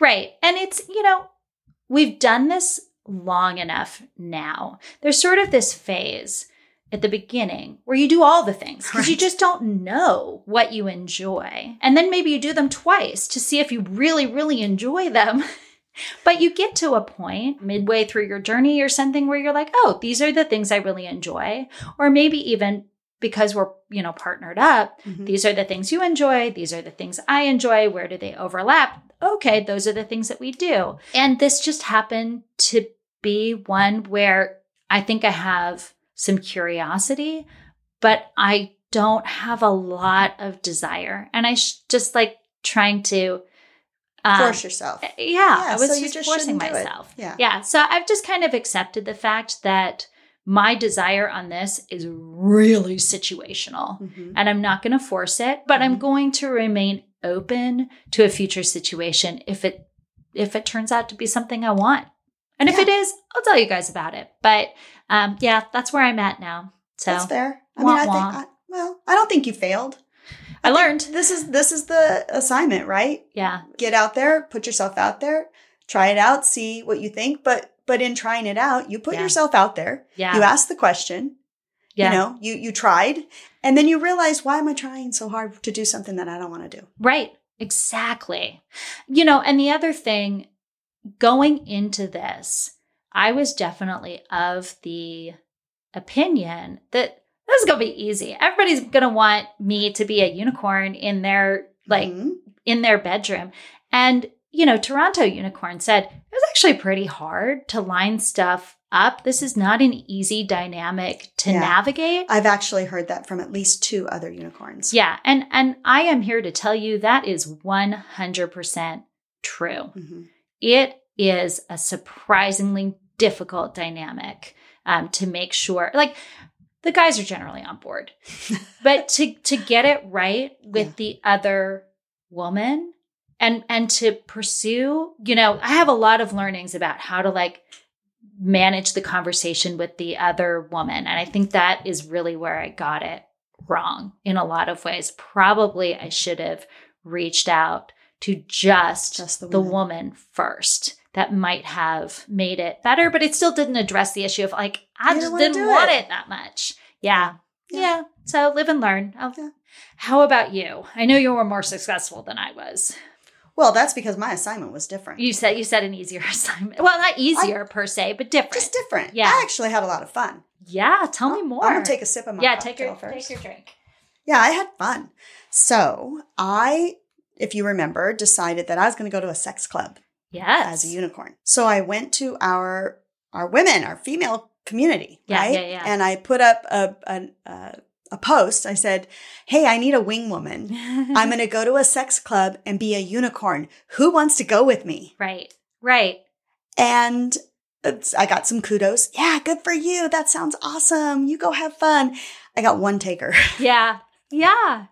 Speaker 2: Right. And it's, you know, we've done this long enough now. There's sort of this phase at the beginning where you do all the things because you
Speaker 1: Right.
Speaker 2: just don't know what you enjoy. And then maybe you do them twice to see if you really, really enjoy them. But you get to a point midway through your journey or something where you're like, oh, these are the things I really enjoy. Or maybe even because we're, you know, partnered up,
Speaker 1: Mhm.
Speaker 2: these are the things you enjoy. These are the things I enjoy. Where do they overlap? Okay, those are the things that we do. And this just happened to be one where I think I have some curiosity, but I don't have a lot of desire. And I sh- just like trying to. um,
Speaker 1: force yourself
Speaker 2: yeah, I was
Speaker 1: so you
Speaker 2: just,
Speaker 1: just
Speaker 2: forcing
Speaker 1: shouldn't do it.
Speaker 2: myself.
Speaker 1: Yeah.
Speaker 2: Yeah. So I've just kind of accepted the fact that my desire on this is really situational
Speaker 1: Mhm.
Speaker 2: and I'm not going to force it, but I'm
Speaker 1: Mhm.
Speaker 2: going to remain open to a future situation if it if it turns out to be something I want. And if
Speaker 1: Yeah.
Speaker 2: it is, I'll tell you guys about it. But um yeah, that's where I'm at now. So
Speaker 1: That's fair. I
Speaker 2: Wah,
Speaker 1: mean, I think
Speaker 2: wah.
Speaker 1: I, well, I don't think you failed.
Speaker 2: I learned.
Speaker 1: This is this is the assignment, right?
Speaker 2: Yeah.
Speaker 1: Get out there, put yourself out there, try it out, see what you think. But but in trying it out, you put
Speaker 2: Yeah.
Speaker 1: yourself out there.
Speaker 2: Yeah.
Speaker 1: You asked the question.
Speaker 2: yeah.
Speaker 1: You know, you you tried, and then you realize why am I trying so hard to do something that I don't want to do?
Speaker 2: Right. Exactly. You know, and the other thing going into this, I was definitely of the opinion that this is going to be easy. Everybody's going to want me to be a unicorn in their like
Speaker 1: Mhm.
Speaker 2: in their bedroom. And, you know, Toronto Unicorn said it was actually pretty hard to line stuff up. This is not an easy dynamic to
Speaker 1: Yeah.
Speaker 2: navigate.
Speaker 1: I've actually heard that from at least two other unicorns.
Speaker 2: Yeah, and and I am here to tell you that is 100% true.
Speaker 1: Mhm.
Speaker 2: It is a surprisingly difficult dynamic um, to make sure like the guys are generally on board. but to to get it right with
Speaker 1: Yeah.
Speaker 2: the other woman and and to pursue, you know, I have a lot of learnings about how to like manage the conversation with the other woman. And I think that is really where I got it wrong in a lot of ways. Probably I should have reached out to just,
Speaker 1: Just the
Speaker 2: the
Speaker 1: woman.
Speaker 2: woman first. That might have made it better, but it still didn't address the issue of like, I
Speaker 1: You don't
Speaker 2: just
Speaker 1: wanna
Speaker 2: didn't
Speaker 1: do
Speaker 2: want
Speaker 1: it.
Speaker 2: it that much. Yeah.
Speaker 1: Yeah.
Speaker 2: Yeah. So live and learn. Oh,
Speaker 1: Yeah.
Speaker 2: How about you? I know you were more successful than I was.
Speaker 1: Well, that's because my assignment was different.
Speaker 2: You said you said an easier assignment. Well, not easier per se, but different.
Speaker 1: Just different.
Speaker 2: Yeah.
Speaker 1: I actually had a lot of fun.
Speaker 2: yeah, tell me
Speaker 1: I'm-
Speaker 2: more.
Speaker 1: I'm gonna take a sip of my
Speaker 2: yeah,
Speaker 1: cocktail
Speaker 2: take your
Speaker 1: first.
Speaker 2: take your drink.
Speaker 1: Yeah, I had fun. So I, if you remember, decided that I was going to go to a sex club
Speaker 2: Yes.
Speaker 1: as a unicorn. So I went to our our women, our female community,
Speaker 2: Yeah,
Speaker 1: right?
Speaker 2: yeah, yeah.
Speaker 1: And I put up a a, a a post. I said, "Hey, I need a wing woman. I'm going to go to a sex club and be a unicorn. Who wants to go with me?"
Speaker 2: right. Right.
Speaker 1: And it's- I got some kudos. Yeah, good for you. That sounds awesome. You go have fun. I got one taker.
Speaker 2: Yeah. Yeah.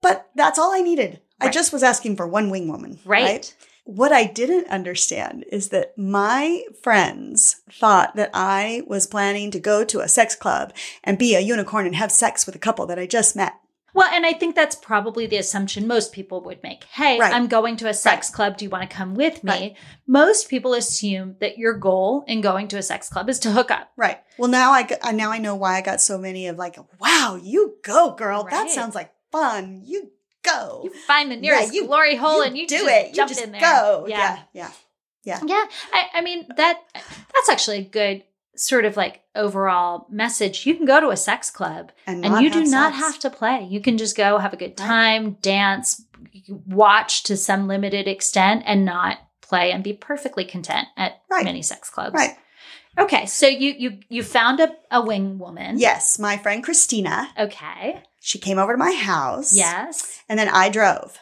Speaker 1: But that's all I needed. I
Speaker 2: Right.
Speaker 1: just was asking for one wing woman.
Speaker 2: Right.
Speaker 1: What I didn't understand is that my friends thought that I was planning to go to a sex club and be a unicorn and have sex with a couple that I just met.
Speaker 2: Well, and I think that's probably the assumption most people would make. Hey,
Speaker 1: Right.
Speaker 2: I'm going to a sex club. Do you want to come with me?
Speaker 1: Right.
Speaker 2: Most people assume that your goal in going to a sex club is to hook up.
Speaker 1: Right. Well, now I g- uh, now I know why I got so many of like, "Wow, you go, girl. That
Speaker 2: Right.
Speaker 1: sounds like fun. You go.
Speaker 2: You find the nearest
Speaker 1: you-
Speaker 2: glory hole
Speaker 1: You
Speaker 2: and you
Speaker 1: do
Speaker 2: just
Speaker 1: it. You
Speaker 2: jump
Speaker 1: just
Speaker 2: in there.
Speaker 1: go.
Speaker 2: Yeah.
Speaker 1: yeah.
Speaker 2: Yeah. I, I mean, that that's actually a good sort of like overall message. You can go to a sex club and you do
Speaker 1: have
Speaker 2: not
Speaker 1: sex.
Speaker 2: have to play. You can just go have a good
Speaker 1: Right.
Speaker 2: time, dance, watch to some limited extent and not play and be perfectly content at
Speaker 1: Right.
Speaker 2: many sex clubs.
Speaker 1: Right.
Speaker 2: Okay, so you you you found a, a wing woman.
Speaker 1: Yes, my friend Christina,
Speaker 2: Okay.
Speaker 1: she came over to my house.
Speaker 2: Yes.
Speaker 1: And then I drove.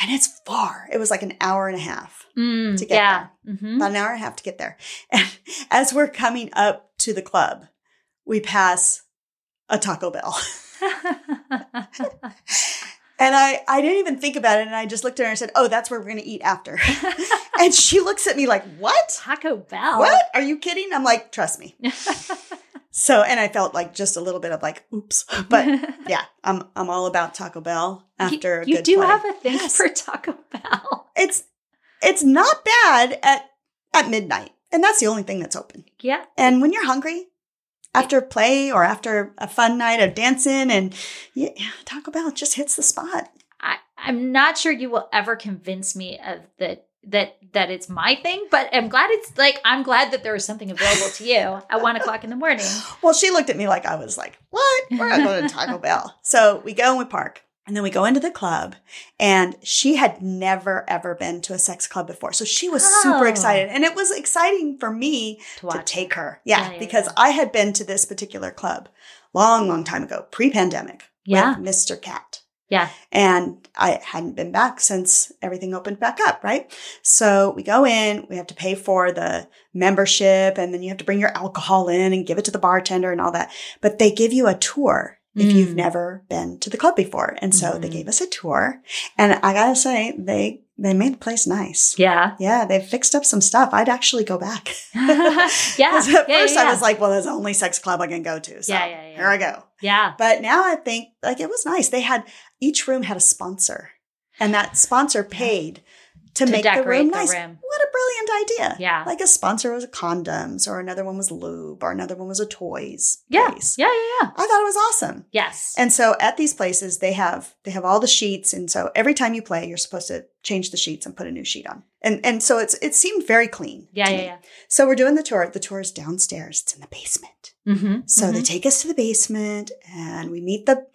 Speaker 1: And it's far. It was like an hour and a half,
Speaker 2: Mm,
Speaker 1: To get
Speaker 2: yeah. hmm
Speaker 1: about an hour and a half to get there. And as we're coming up to the club, we pass a Taco Bell.
Speaker 2: Mm-hmm.
Speaker 1: And I, I didn't even think about it. And I just looked at her and said, Oh, that's where we're going to eat after. and she looks at me like, What?
Speaker 2: Taco Bell.
Speaker 1: What? Are you kidding? I'm like, Trust me. So, and I felt like just a little bit of like, Oops. But yeah, I'm, I'm all about Taco Bell after
Speaker 2: you,
Speaker 1: a good
Speaker 2: do
Speaker 1: play.
Speaker 2: have a thing
Speaker 1: Yes.
Speaker 2: for Taco Bell.
Speaker 1: it's it's not bad at at midnight and that's the only thing that's open
Speaker 2: Yeah.
Speaker 1: and when you're hungry after play or after a fun night of dancing and yeah, taco bell just hits the spot
Speaker 2: I, I'm not sure you will ever convince me of the that that it's my thing, but I'm glad it's like I'm glad that there is something available to you at one o'clock in the morning.
Speaker 1: well she looked at me like i was like what we're not going to taco bell so we go and we park and then we go into the club and she had never ever been to a sex club before so she was super
Speaker 2: Oh.
Speaker 1: excited and it was exciting for me
Speaker 2: To
Speaker 1: to
Speaker 2: watch.
Speaker 1: take her. Yeah,
Speaker 2: Yeah, yeah,
Speaker 1: because
Speaker 2: yeah.
Speaker 1: I had been to this particular club long, long time ago, pre-pandemic
Speaker 2: Yeah.
Speaker 1: with Mr. Cat.
Speaker 2: Yeah.
Speaker 1: And I hadn't been back since everything opened back up, right? So we go in, we have to pay for the membership, and then you have to bring your alcohol in and give it to the bartender and all that. But they give you a tour if you've
Speaker 2: Mm.
Speaker 1: never been to the club before. And so they
Speaker 2: Mhm.
Speaker 1: gave us a tour. And I gotta say, they they made the place nice.
Speaker 2: Yeah.
Speaker 1: Yeah, they fixed up some stuff. I'd actually go back.
Speaker 2: yeah.
Speaker 1: 'Cause
Speaker 2: yeah,
Speaker 1: at first
Speaker 2: yeah,
Speaker 1: I was like, well, there's the only sex club I can go to. So
Speaker 2: Yeah, yeah, yeah.
Speaker 1: here I go.
Speaker 2: yeah.
Speaker 1: But now I think like it was nice. They had each room had a sponsor, and that sponsor paid to,
Speaker 2: To
Speaker 1: make the
Speaker 2: decorate
Speaker 1: room
Speaker 2: the
Speaker 1: nice.
Speaker 2: room.
Speaker 1: What a brilliant idea!
Speaker 2: Yeah.
Speaker 1: like a sponsor was condoms, or another one was lube, or another one was a toys.
Speaker 2: Yeah.
Speaker 1: place.
Speaker 2: Yeah. Yeah. Yeah.
Speaker 1: I thought it was awesome.
Speaker 2: Yes.
Speaker 1: And so at these places, they have they have all the sheets, and so every time you play, you're supposed to change the sheets and put a new sheet on. And and so it's it seemed very clean.
Speaker 2: yeah.
Speaker 1: to
Speaker 2: Yeah.
Speaker 1: me.
Speaker 2: Yeah.
Speaker 1: So we're doing the tour. The tour is downstairs. It's in the basement.
Speaker 2: Mm-hmm.
Speaker 1: So they take us to the basement and we meet the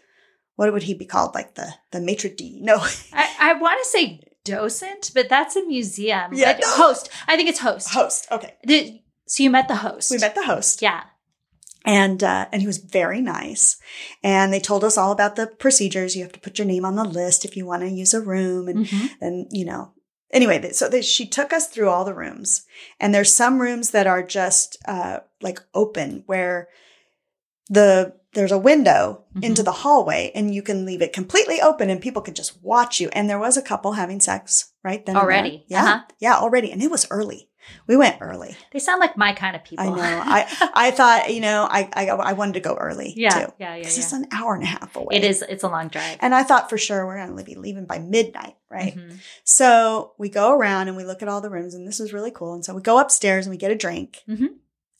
Speaker 1: what would he be called? Like the the maitre d. No,
Speaker 2: I, I want to say docent, but that's a museum.
Speaker 1: Yeah.
Speaker 2: I- host. I think it's host.
Speaker 1: host. Okay.
Speaker 2: Did, so you met the host.
Speaker 1: We met the host.
Speaker 2: Yeah.
Speaker 1: And uh, and he was very nice. And they told us all about the procedures. You have to put your name on the list if you want to use a room and
Speaker 2: Mhm.
Speaker 1: and you know anyway th- so that she took us through all the rooms and there's some rooms that are just uh like open where the there's a window
Speaker 2: Mhm.
Speaker 1: into the hallway and you can leave it completely open and people can just watch you and there was a couple having sex right then and there.
Speaker 2: Already.
Speaker 1: yeah
Speaker 2: Uh-huh.
Speaker 1: yeah already and it was early we went early
Speaker 2: They sound like my kind of people.
Speaker 1: i know i i thought you know i i, I wanted to go early
Speaker 2: yeah,
Speaker 1: too
Speaker 2: yeah. Yeah. Yeah.
Speaker 1: because it's an hour and a half away
Speaker 2: It is. It's a long drive.
Speaker 1: and i thought for sure we're gonna be leaving by midnight right
Speaker 2: Mhm.
Speaker 1: so we go around and we look at all the rooms, and this is really cool. And so we go upstairs and we get a drink
Speaker 2: Mhm.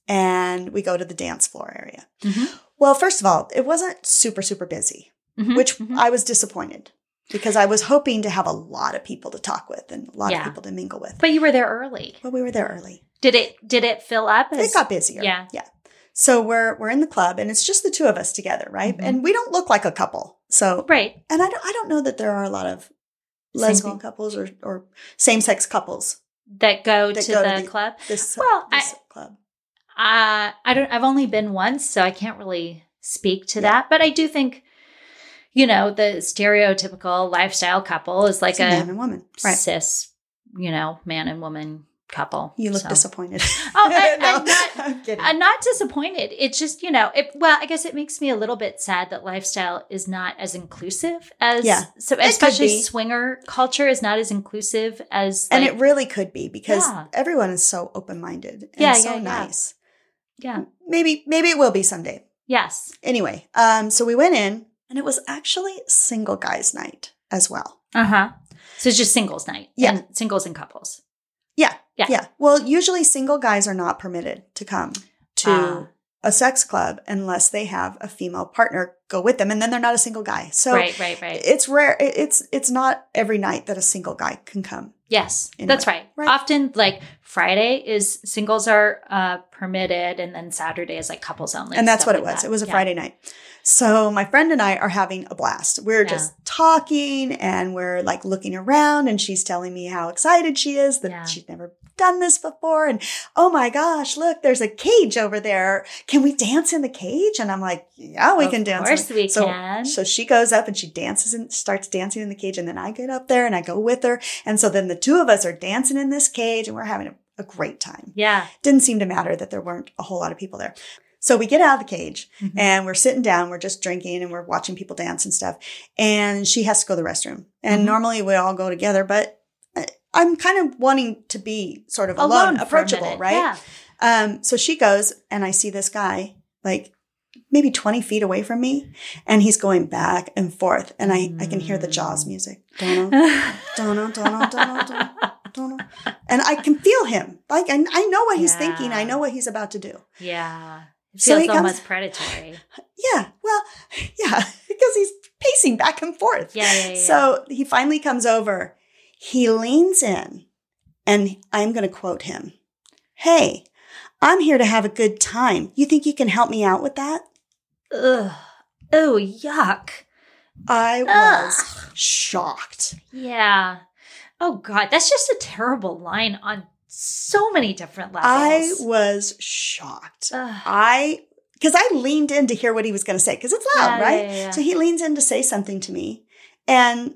Speaker 1: and we go to the dance floor area.
Speaker 2: Mhm.
Speaker 1: Well, first of all, it wasn't super, super busy,
Speaker 2: Mhm.
Speaker 1: which
Speaker 2: Mhm.
Speaker 1: I was disappointed because I was hoping to have a lot of people to talk with and a lot
Speaker 2: Yeah.
Speaker 1: of people to mingle with.
Speaker 2: But you were there early.
Speaker 1: But we were there early.
Speaker 2: Did it? Did it fill up?
Speaker 1: It got busier.
Speaker 2: yeah.
Speaker 1: Yeah. So we're we're in the club and it's just the two of us together, right?
Speaker 2: Mhm.
Speaker 1: And we don't look like a couple. So
Speaker 2: right.
Speaker 1: and I don't I don't know that there are a lot of lesbian
Speaker 2: Single.
Speaker 1: couples or, or same sex couples
Speaker 2: That go
Speaker 1: That
Speaker 2: to
Speaker 1: go to
Speaker 2: the
Speaker 1: the-
Speaker 2: club.
Speaker 1: this
Speaker 2: Well, I-
Speaker 1: this club.
Speaker 2: Uh, I don't. I've only been once, so I can't really speak to
Speaker 1: Yeah.
Speaker 2: that. But I do think, you know, the stereotypical lifestyle couple is like
Speaker 1: It's a man
Speaker 2: a
Speaker 1: and woman.
Speaker 2: cis, you know, man and woman couple.
Speaker 1: You look
Speaker 2: So-
Speaker 1: disappointed.
Speaker 2: Oh, I, I'm not.
Speaker 1: I'm kidding.
Speaker 2: I'm not disappointed. It's just you know, it, well, I guess it makes me a little bit sad that lifestyle is not as inclusive as
Speaker 1: Yeah.
Speaker 2: so
Speaker 1: could
Speaker 2: especially
Speaker 1: be.
Speaker 2: swinger culture is not as inclusive as
Speaker 1: and
Speaker 2: like-
Speaker 1: it really could be because
Speaker 2: Yeah.
Speaker 1: everyone is so open minded and
Speaker 2: Yeah,
Speaker 1: so
Speaker 2: yeah, yeah.
Speaker 1: nice.
Speaker 2: yeah
Speaker 1: Maybe maybe it will be someday.
Speaker 2: yes
Speaker 1: Anyway, um, so we went in and it was actually single guys' night as well.
Speaker 2: uh huh so it's just singles night
Speaker 1: Uh-huh. Yeah.
Speaker 2: and singles and couples Yeah.
Speaker 1: Yeah. Well, usually single guys are not permitted to come to
Speaker 2: Ah.
Speaker 1: a sex club unless they have a female partner go with them, and then they're not a single guy. So
Speaker 2: right right right
Speaker 1: it's rare. it- It's it's not every night that a single guy can come.
Speaker 2: yes
Speaker 1: anyway,
Speaker 2: that's right.
Speaker 1: right.
Speaker 2: often like Friday is singles are uh, permitted and then Saturday is like couples only
Speaker 1: and that's
Speaker 2: stuff
Speaker 1: what it
Speaker 2: like
Speaker 1: was.
Speaker 2: that.
Speaker 1: It was a
Speaker 2: Yeah.
Speaker 1: Friday night. So my friend and I are having a blast. We're
Speaker 2: Yeah.
Speaker 1: just talking and we're like looking around and she's telling me how excited she is that
Speaker 2: Yeah.
Speaker 1: she's never done this before and oh my gosh, look, there's a cage over there. Can we dance in the cage? And I'm like, yeah, we
Speaker 2: Of
Speaker 1: can dance. in
Speaker 2: course
Speaker 1: the-"
Speaker 2: we
Speaker 1: so,
Speaker 2: can.
Speaker 1: So she goes up and she dances and starts dancing in the cage and then I get up there and I go with her and so then the two of us are dancing in this cage and we're having a, a great time
Speaker 2: yeah
Speaker 1: didn't seem to matter that there weren't a whole lot of people there. So we get out of the cage
Speaker 2: Mhm.
Speaker 1: and we're sitting down, we're just drinking and we're watching people dance and stuff. And she has to go to the restroom. And
Speaker 2: Mhm.
Speaker 1: normally we all go together, but I- I'm kind of wanting to be sort of alone,
Speaker 2: for a
Speaker 1: approachable,
Speaker 2: minute.
Speaker 1: right?
Speaker 2: yeah
Speaker 1: Um, so she goes and I see this guy like maybe 20 feet away from me and he's going back and forth and I, I can hear the
Speaker 2: Mm.
Speaker 1: Jaws music. Donald, Donald, Donald, Donald, Donald. Donald. And I can feel him. Like I, I know what he's
Speaker 2: Yeah.
Speaker 1: thinking. I know what he's about to do.
Speaker 2: Yeah. It
Speaker 1: So
Speaker 2: feels
Speaker 1: he comes-
Speaker 2: almost predatory.
Speaker 1: Yeah. Well, yeah, because he's pacing back and forth.
Speaker 2: Yeah, yeah, yeah.
Speaker 1: So he finally comes over. He leans in and I'm going to quote him. Hey, I'm here to have a good time. You think you can help me out with that?
Speaker 2: Ugh. Oh, yuck.
Speaker 1: I was shocked.
Speaker 2: Yeah. Oh God, that's just a terrible line on so many different
Speaker 1: I
Speaker 2: levels.
Speaker 1: was shocked.
Speaker 2: Ugh.
Speaker 1: I because I leaned in to hear what he was going to say because it's loud,
Speaker 2: Yeah,
Speaker 1: right?
Speaker 2: yeah, yeah, yeah.
Speaker 1: So he leans in to say something to me, And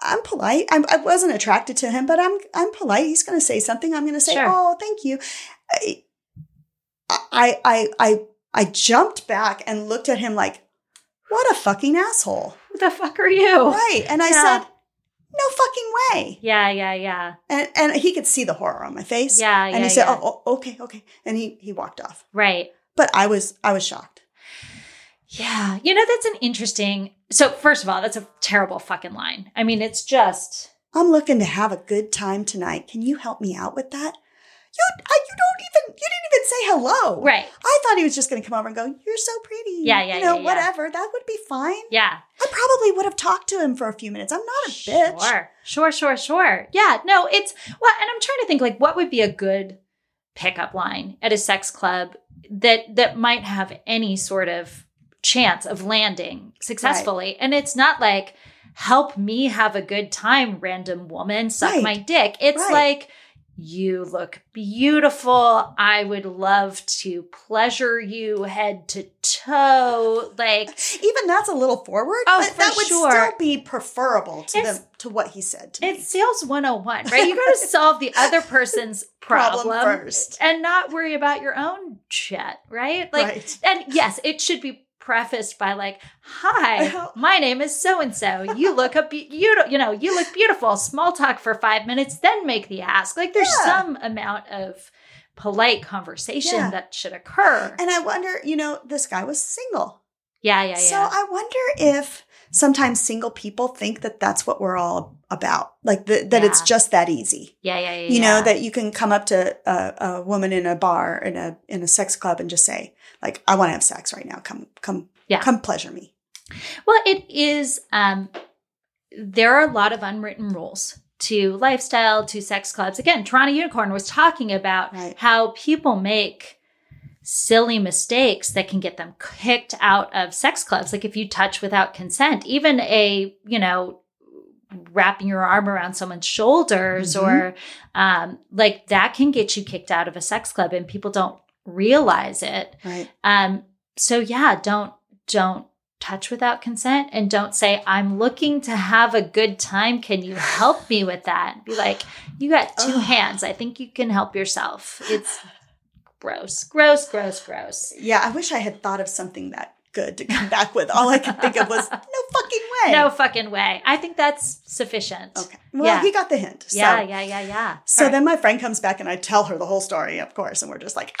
Speaker 1: I'm polite. I'm, I wasn't attracted to him, but I'm I'm polite. He's going to say something. I'm going to say,
Speaker 2: Sure.
Speaker 1: "Oh, thank you." I, I I I I jumped back and looked at him like, "What a fucking asshole!"
Speaker 2: Who the fuck are you?
Speaker 1: Right? And I
Speaker 2: Oh, Yeah.
Speaker 1: said, "No fucking way!"
Speaker 2: Yeah, yeah, yeah.
Speaker 1: And and he could see the horror on my face.
Speaker 2: Yeah, yeah.
Speaker 1: And he said,
Speaker 2: yeah.
Speaker 1: oh, "Oh, okay, okay," and he he walked off.
Speaker 2: Right.
Speaker 1: But I was I was shocked.
Speaker 2: Yeah. You know, that's an interesting. So, first of all, that's a terrible fucking line. I mean, it's just.
Speaker 1: I'm looking to have a good time tonight. Can you help me out with that? You I, you don't even you didn't even say hello.
Speaker 2: Right.
Speaker 1: I thought he was just going to come over and go, "You're so pretty."
Speaker 2: Yeah, yeah,
Speaker 1: You know,
Speaker 2: yeah, yeah.
Speaker 1: whatever. That would be fine.
Speaker 2: Yeah.
Speaker 1: I probably would have talked to him for a few minutes. I'm not a bitch.
Speaker 2: Sure, sure, sure, sure. Yeah, no, it's well, and I'm trying to think like what would be a good pickup line at a sex club that that might have any sort of chance of landing successfully. And it's not like help me have a good time, random woman, suck
Speaker 1: Right.
Speaker 2: my dick. It's
Speaker 1: Right.
Speaker 2: like you look beautiful. I would love to pleasure you head to toe. Like
Speaker 1: Even that's a little forward,
Speaker 2: Oh,
Speaker 1: but
Speaker 2: for
Speaker 1: that would
Speaker 2: sure.
Speaker 1: still be preferable to
Speaker 2: It's-
Speaker 1: the to what he said to
Speaker 2: It's sales 101, right? You got to solve the other person's problem,
Speaker 1: Problem first.
Speaker 2: and not worry about your own shit, right?
Speaker 1: me.
Speaker 2: Like,
Speaker 1: right.
Speaker 2: and yes, it should be prefaced by like, "Hi,
Speaker 1: Well-
Speaker 2: my name is so and so. You look up, you don't- you know, you look beautiful." Small talk for five minutes, then make the ask. Like, there's
Speaker 1: Yeah.
Speaker 2: some amount of polite conversation
Speaker 1: Yeah.
Speaker 2: that should occur.
Speaker 1: And I wonder, you know, this guy was single.
Speaker 2: yeah, yeah, yeah.
Speaker 1: So I wonder if sometimes single people think that that's what we're all about. Like the, that it's
Speaker 2: Yeah.
Speaker 1: just that easy.
Speaker 2: yeah, yeah, yeah.
Speaker 1: you
Speaker 2: yeah.
Speaker 1: know that you can come up to a, a woman in a bar in a in a sex club and just say like i want to have sex right now come come
Speaker 2: Yeah.
Speaker 1: come pleasure me
Speaker 2: Well, it is. Um, there are a lot of unwritten rules to lifestyle, to sex clubs. Again, Toronto Unicorn was talking about
Speaker 1: Right.
Speaker 2: how people make silly mistakes that can get them kicked out of sex clubs. Like if you touch without consent, even a you know wrapping your arm around someone's shoulders or um, like that can get you kicked out of a sex club, and people don't realize it.
Speaker 1: right
Speaker 2: Um, so yeah, don't don't touch without consent and don't say, I'm looking to have a good time. Can you help me with that? Be like, you got two
Speaker 1: Ugh.
Speaker 2: hands. I think you can help yourself. It's gross, gross, gross, gross.
Speaker 1: yeah i wish i had thought of something that good to come back with all i could think of was no fucking way
Speaker 2: No fucking way. I think that's sufficient.
Speaker 1: okay well
Speaker 2: Yeah.
Speaker 1: he got the hint so
Speaker 2: Yeah, yeah, yeah, yeah.
Speaker 1: so
Speaker 2: All right.
Speaker 1: then my friend comes back and i tell her the whole story of course and we're just like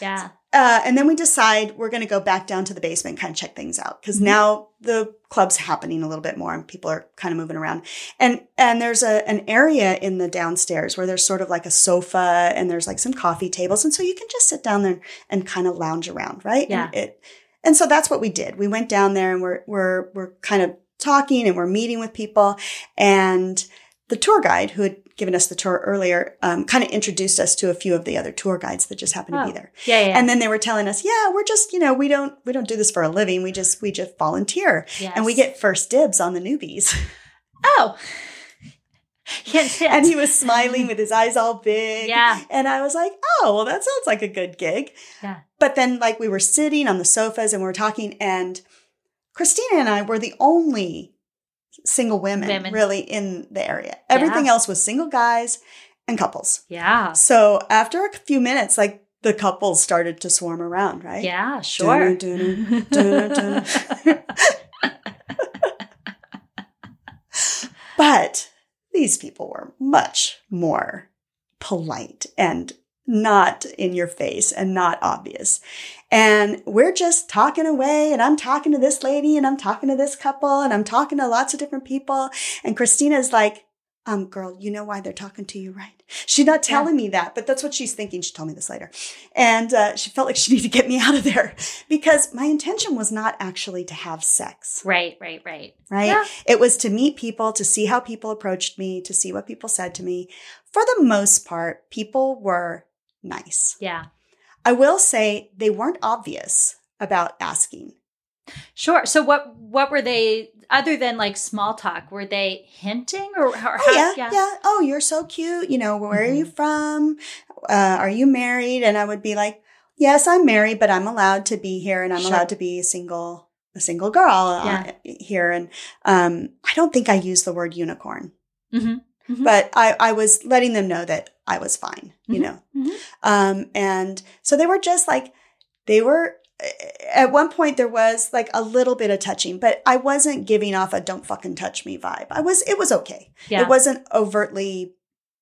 Speaker 2: yeah,
Speaker 1: uh, and then we decide we're going to go back down to the basement, kind of check things out because
Speaker 2: Mhm.
Speaker 1: now the club's happening a little bit more and people are kind of moving around. And and there's a an area in the downstairs where there's sort of like a sofa and there's like some coffee tables, and so you can just sit down there and kind of lounge around, right?
Speaker 2: Yeah.
Speaker 1: And, it, and so that's what we did. We went down there and we're we're we're kind of talking and we're meeting with people and the tour guide who had given us the tour earlier um, kind of introduced us to a few of the other tour guides that just happened to
Speaker 2: Oh.
Speaker 1: be there
Speaker 2: yeah, yeah.
Speaker 1: and then they were telling us yeah we're just you know we don't we don't do this for a living we just we just volunteer
Speaker 2: yes.
Speaker 1: and we get first dibs on the newbies
Speaker 2: oh, yes, yes.
Speaker 1: and he was smiling with his eyes all big
Speaker 2: yeah,
Speaker 1: and i was like oh well that sounds like a good gig
Speaker 2: Yeah.
Speaker 1: but then like we were sitting on the sofas and we were talking and christina and i were the only single women,
Speaker 2: Women.
Speaker 1: really in the area everything
Speaker 2: Yeah.
Speaker 1: else was single guys and couples
Speaker 2: yeah,
Speaker 1: so after a few minutes like the couples started to swarm around right
Speaker 2: yeah. Sure.
Speaker 1: Dun-dun-dun, dun-dun-dun. But these people were much more polite and not in your face and not obvious. And we're just talking away, and I'm talking to this lady, and I'm talking to this couple, and I'm talking to lots of different people. And Christina's like, um, girl, you know why they're talking to you, right? She's not
Speaker 2: Yeah.
Speaker 1: telling me that, but that's what she's thinking. She told me this later. And uh, she felt like she needed to get me out of there because my intention was not actually to have sex
Speaker 2: right, right, right.
Speaker 1: right?
Speaker 2: Yeah.
Speaker 1: It was to meet people, to see how people approached me, to see what people said to me. For the most part, people were nice.
Speaker 2: Yeah.
Speaker 1: I will say they weren't obvious about asking.
Speaker 2: Sure. So what what were they other than like small talk? Were they hinting or, Mm-hmm. or
Speaker 1: Oh, yeah, yeah, Oh, you're so cute. You know, where are you from? Uh, are you married? And I would be like, yes, I'm married, but I'm allowed to be here and I'm
Speaker 2: Sure.
Speaker 1: allowed to be single a single girl uh,
Speaker 2: Yeah.
Speaker 1: here. And um, I don't think I used the word unicorn,
Speaker 2: Mhm. Mhm.
Speaker 1: but I, I was letting them know that I was fine, you
Speaker 2: Mhm.
Speaker 1: know?
Speaker 2: Mhm.
Speaker 1: Um, and so they were just like, they were, eh, at one point there was like a little bit of touching, but I wasn't giving off a don't fucking touch me vibe. I was, it was okay.
Speaker 2: Yeah.
Speaker 1: It wasn't overtly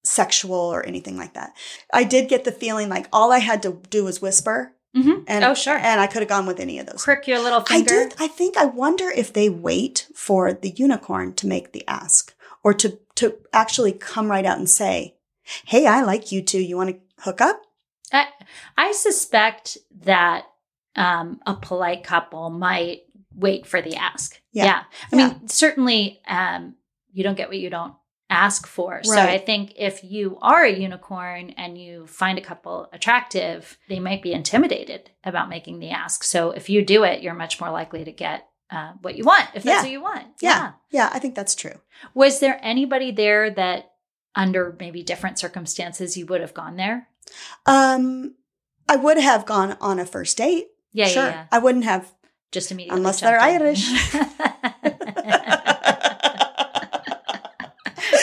Speaker 1: sexual or anything like that. I did get the feeling like all I had to do was whisper.
Speaker 2: Mhm.
Speaker 1: And,
Speaker 2: Oh, sure.
Speaker 1: And I could have gone with any of those.
Speaker 2: Crick your little
Speaker 1: I
Speaker 2: finger.
Speaker 1: do. I think I wonder if they wait for the unicorn to make the ask or to, to actually come right out and say, Hey, I like you too. You want to hook up?
Speaker 2: I, I suspect that um, a polite couple might wait for the ask.
Speaker 1: Yeah. Yeah.
Speaker 2: I mean, certainly um, you don't get what you don't ask for. So
Speaker 1: Right.
Speaker 2: I think if you are a unicorn and you find a couple attractive, they might be intimidated about making the ask. So if you do it, you're much more likely to get uh, what you want, if that's
Speaker 1: Yeah.
Speaker 2: what you want.
Speaker 1: Yeah. Yeah. I think that's true.
Speaker 2: yeah. Was there anybody there that under maybe different circumstances you would have gone there?
Speaker 1: Um, I would have gone on a first date.
Speaker 2: Yeah,
Speaker 1: sure.
Speaker 2: yeah, yeah.
Speaker 1: I wouldn't have.
Speaker 2: just immediately
Speaker 1: Unless
Speaker 2: jumped
Speaker 1: they're
Speaker 2: in.
Speaker 1: Irish.
Speaker 2: no,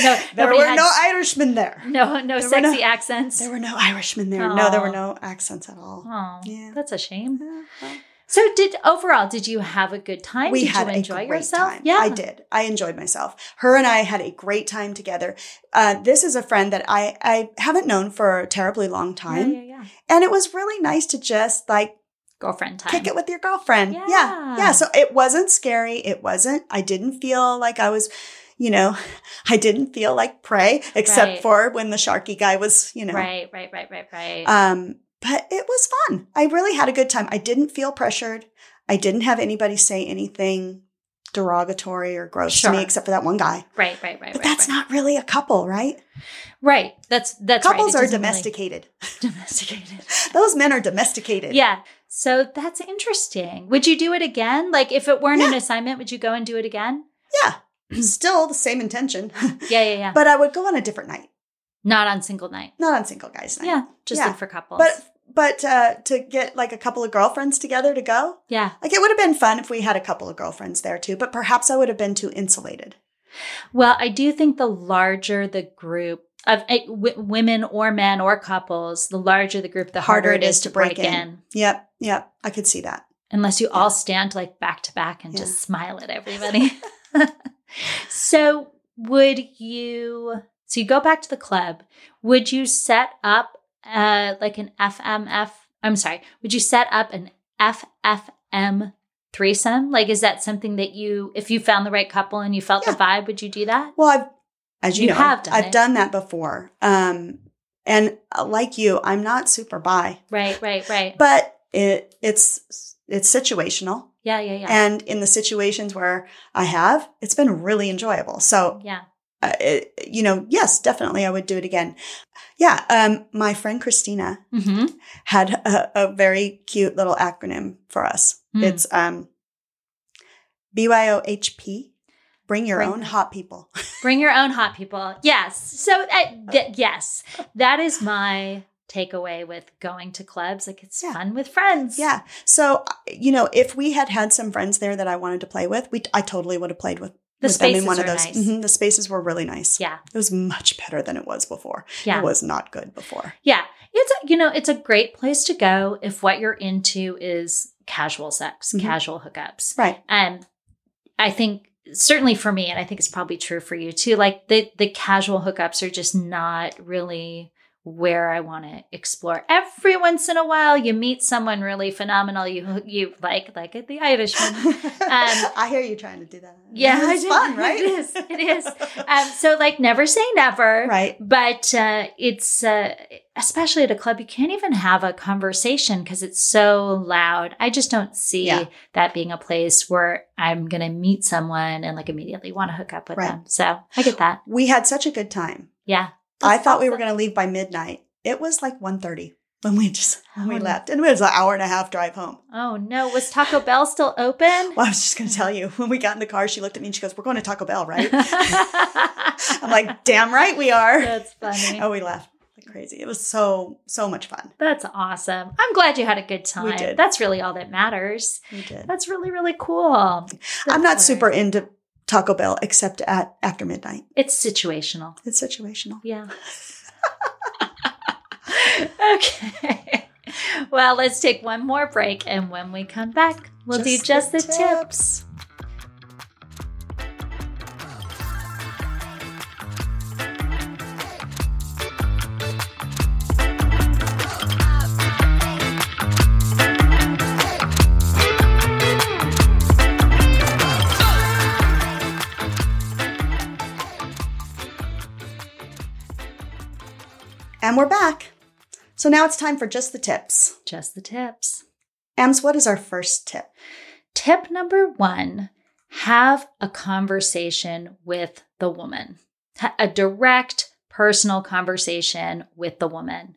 Speaker 1: there
Speaker 2: nobody
Speaker 1: were
Speaker 2: had-
Speaker 1: no Irishmen there.
Speaker 2: no, no
Speaker 1: there were
Speaker 2: sexy
Speaker 1: no-
Speaker 2: accents.
Speaker 1: There were no Irishmen there. No, there were
Speaker 2: Aw.
Speaker 1: no accents at all.
Speaker 2: oh,
Speaker 1: Yeah.
Speaker 2: that's a shame.
Speaker 1: Yeah, well,
Speaker 2: So, did overall, did you have a good time?
Speaker 1: we
Speaker 2: did
Speaker 1: had
Speaker 2: you enjoy
Speaker 1: a great
Speaker 2: yourself?
Speaker 1: time.
Speaker 2: Yeah,
Speaker 1: I did. I enjoyed myself. Her and I had a great time together. Uh, this is a friend that I I haven't known for a terribly long
Speaker 2: Yeah,
Speaker 1: time,
Speaker 2: yeah, yeah.
Speaker 1: and it was really nice to just like
Speaker 2: Girlfriend time.
Speaker 1: kick it with your girlfriend. Yeah. yeah.
Speaker 2: Yeah.
Speaker 1: So it wasn't scary. It wasn't, I didn't feel like I was, you know, I didn't feel like prey except
Speaker 2: Right.
Speaker 1: for when the sharky guy was, you know,
Speaker 2: Right, right, right, right, right.
Speaker 1: um, but it was fun. I really had a good time. I didn't feel pressured. I didn't have anybody say anything derogatory or gross to
Speaker 2: Sure.
Speaker 1: me except for that one guy.
Speaker 2: right, right, right.
Speaker 1: But
Speaker 2: right,
Speaker 1: that's
Speaker 2: right.
Speaker 1: not really a couple, right?
Speaker 2: right. That's that's right. It
Speaker 1: Couples are
Speaker 2: doesn't really-
Speaker 1: domesticated.
Speaker 2: domesticated.
Speaker 1: Those men are domesticated.
Speaker 2: Yeah. So that's interesting. Would you do it again? Like, if it weren't an assignment, would you go and do it again?
Speaker 1: Still the same intention.
Speaker 2: Yeah, yeah, yeah.
Speaker 1: but I would go on a different night,
Speaker 2: not on single night.
Speaker 1: not on single guys' night.
Speaker 2: Yeah, just
Speaker 1: Yeah.
Speaker 2: look for couples.
Speaker 1: But but uh, to get like a couple of girlfriends together to go,
Speaker 2: yeah.
Speaker 1: like it would have been fun if we had a couple of girlfriends there too. But perhaps I would have been too insulated.
Speaker 2: Well, I do think the larger the group of uh, w- women or men or couples, the larger the group, the harder, it is, to break, in.
Speaker 1: Yep, yep, I could see that.
Speaker 2: Unless you all stand like back to back and just smile at everybody. so, would you? So you go back to the club. Would you set up uh, like an FMF? I'm sorry. Would you set up an FFM threesome? Like, is that something that you, if you found the right couple and you felt
Speaker 1: Yeah.
Speaker 2: the vibe, would you do that?
Speaker 1: Well, I've as you,
Speaker 2: You
Speaker 1: know,
Speaker 2: have done
Speaker 1: I've
Speaker 2: it.
Speaker 1: done that before. Um, and uh, like you, I'm not super bi,
Speaker 2: Right, right, right.
Speaker 1: but it it's it's situational.
Speaker 2: Yeah, yeah, yeah.
Speaker 1: And in the situations where I have, it's been really enjoyable. So
Speaker 2: yeah.
Speaker 1: uh, it, you know, yes, definitely, I would do it again. Yeah, um, my friend Christina
Speaker 2: Mm-hmm.
Speaker 1: had a, a very cute little acronym for us.
Speaker 2: Hmm.
Speaker 1: It's um, BYOHP, Bring Your
Speaker 2: Bring
Speaker 1: Own
Speaker 2: your-
Speaker 1: Hot People.
Speaker 2: Bring your own hot people. Yes. So, uh, th- yes, that is my takeaway with going to clubs. Like, it's
Speaker 1: Yeah.
Speaker 2: fun with friends.
Speaker 1: yeah. So uh, you know, if we had had some friends there that I wanted to play with, we I totally would have played with.
Speaker 2: The
Speaker 1: with them in
Speaker 2: spaces
Speaker 1: one of
Speaker 2: are
Speaker 1: those.
Speaker 2: nice.
Speaker 1: Mhm, the spaces were really nice.
Speaker 2: Yeah.
Speaker 1: It was much better than it was before.
Speaker 2: Yeah.
Speaker 1: It was not good before.
Speaker 2: Yeah. It's, a, you know, it's a great place to go if what you're into is casual sex,
Speaker 1: Mhm.
Speaker 2: casual hookups.
Speaker 1: Right.
Speaker 2: And I think certainly for me, and I think it's probably true for you too, like the, the casual hookups are just not really where I want to explore. Every once in a while, you meet someone really phenomenal. You, hook- you like, like the Irishman.
Speaker 1: I hear you trying to do that.
Speaker 2: Um, Yeah, I
Speaker 1: It's
Speaker 2: do.
Speaker 1: fun, right?
Speaker 2: It is. It is. Um, so like never say never.
Speaker 1: right.
Speaker 2: But uh, it's uh, especially at a club, you can't even have a conversation because it's so loud. I just don't see
Speaker 1: Yeah.
Speaker 2: that being a place where I'm going to meet someone and like immediately want to hook up with
Speaker 1: Right.
Speaker 2: them. So I get that.
Speaker 1: We had such a good time.
Speaker 2: Yeah.
Speaker 1: I thought we were going to leave by midnight. It was like 1.30 when we just when we
Speaker 2: Oh, no.
Speaker 1: left, and it was an hour and a half drive home.
Speaker 2: Oh no! Was Taco Bell still open?
Speaker 1: Well, I was just going to tell you when we got in the car, she looked at me and she goes, "We're going to Taco Bell, right?" I'm like, "Damn right we are."
Speaker 2: that's funny.
Speaker 1: Oh, we left. Like, crazy. It was so, so much fun.
Speaker 2: That's awesome. I'm glad you had a good time.
Speaker 1: We did.
Speaker 2: That's really all that matters.
Speaker 1: We did.
Speaker 2: That's really, really cool.
Speaker 1: I'm not
Speaker 2: That's
Speaker 1: super
Speaker 2: nice.
Speaker 1: into Taco Bell except at after midnight.
Speaker 2: It's situational.
Speaker 1: It's situational.
Speaker 2: Yeah. okay. Well, let's take one more break. And when we come back, we'll do just the, tips.
Speaker 1: And we're back. So now it's time for just the tips.
Speaker 2: Just the tips.
Speaker 1: Ams, what is our first tip?
Speaker 2: Tip number one have a conversation with the woman, Ha- a direct personal conversation with the woman.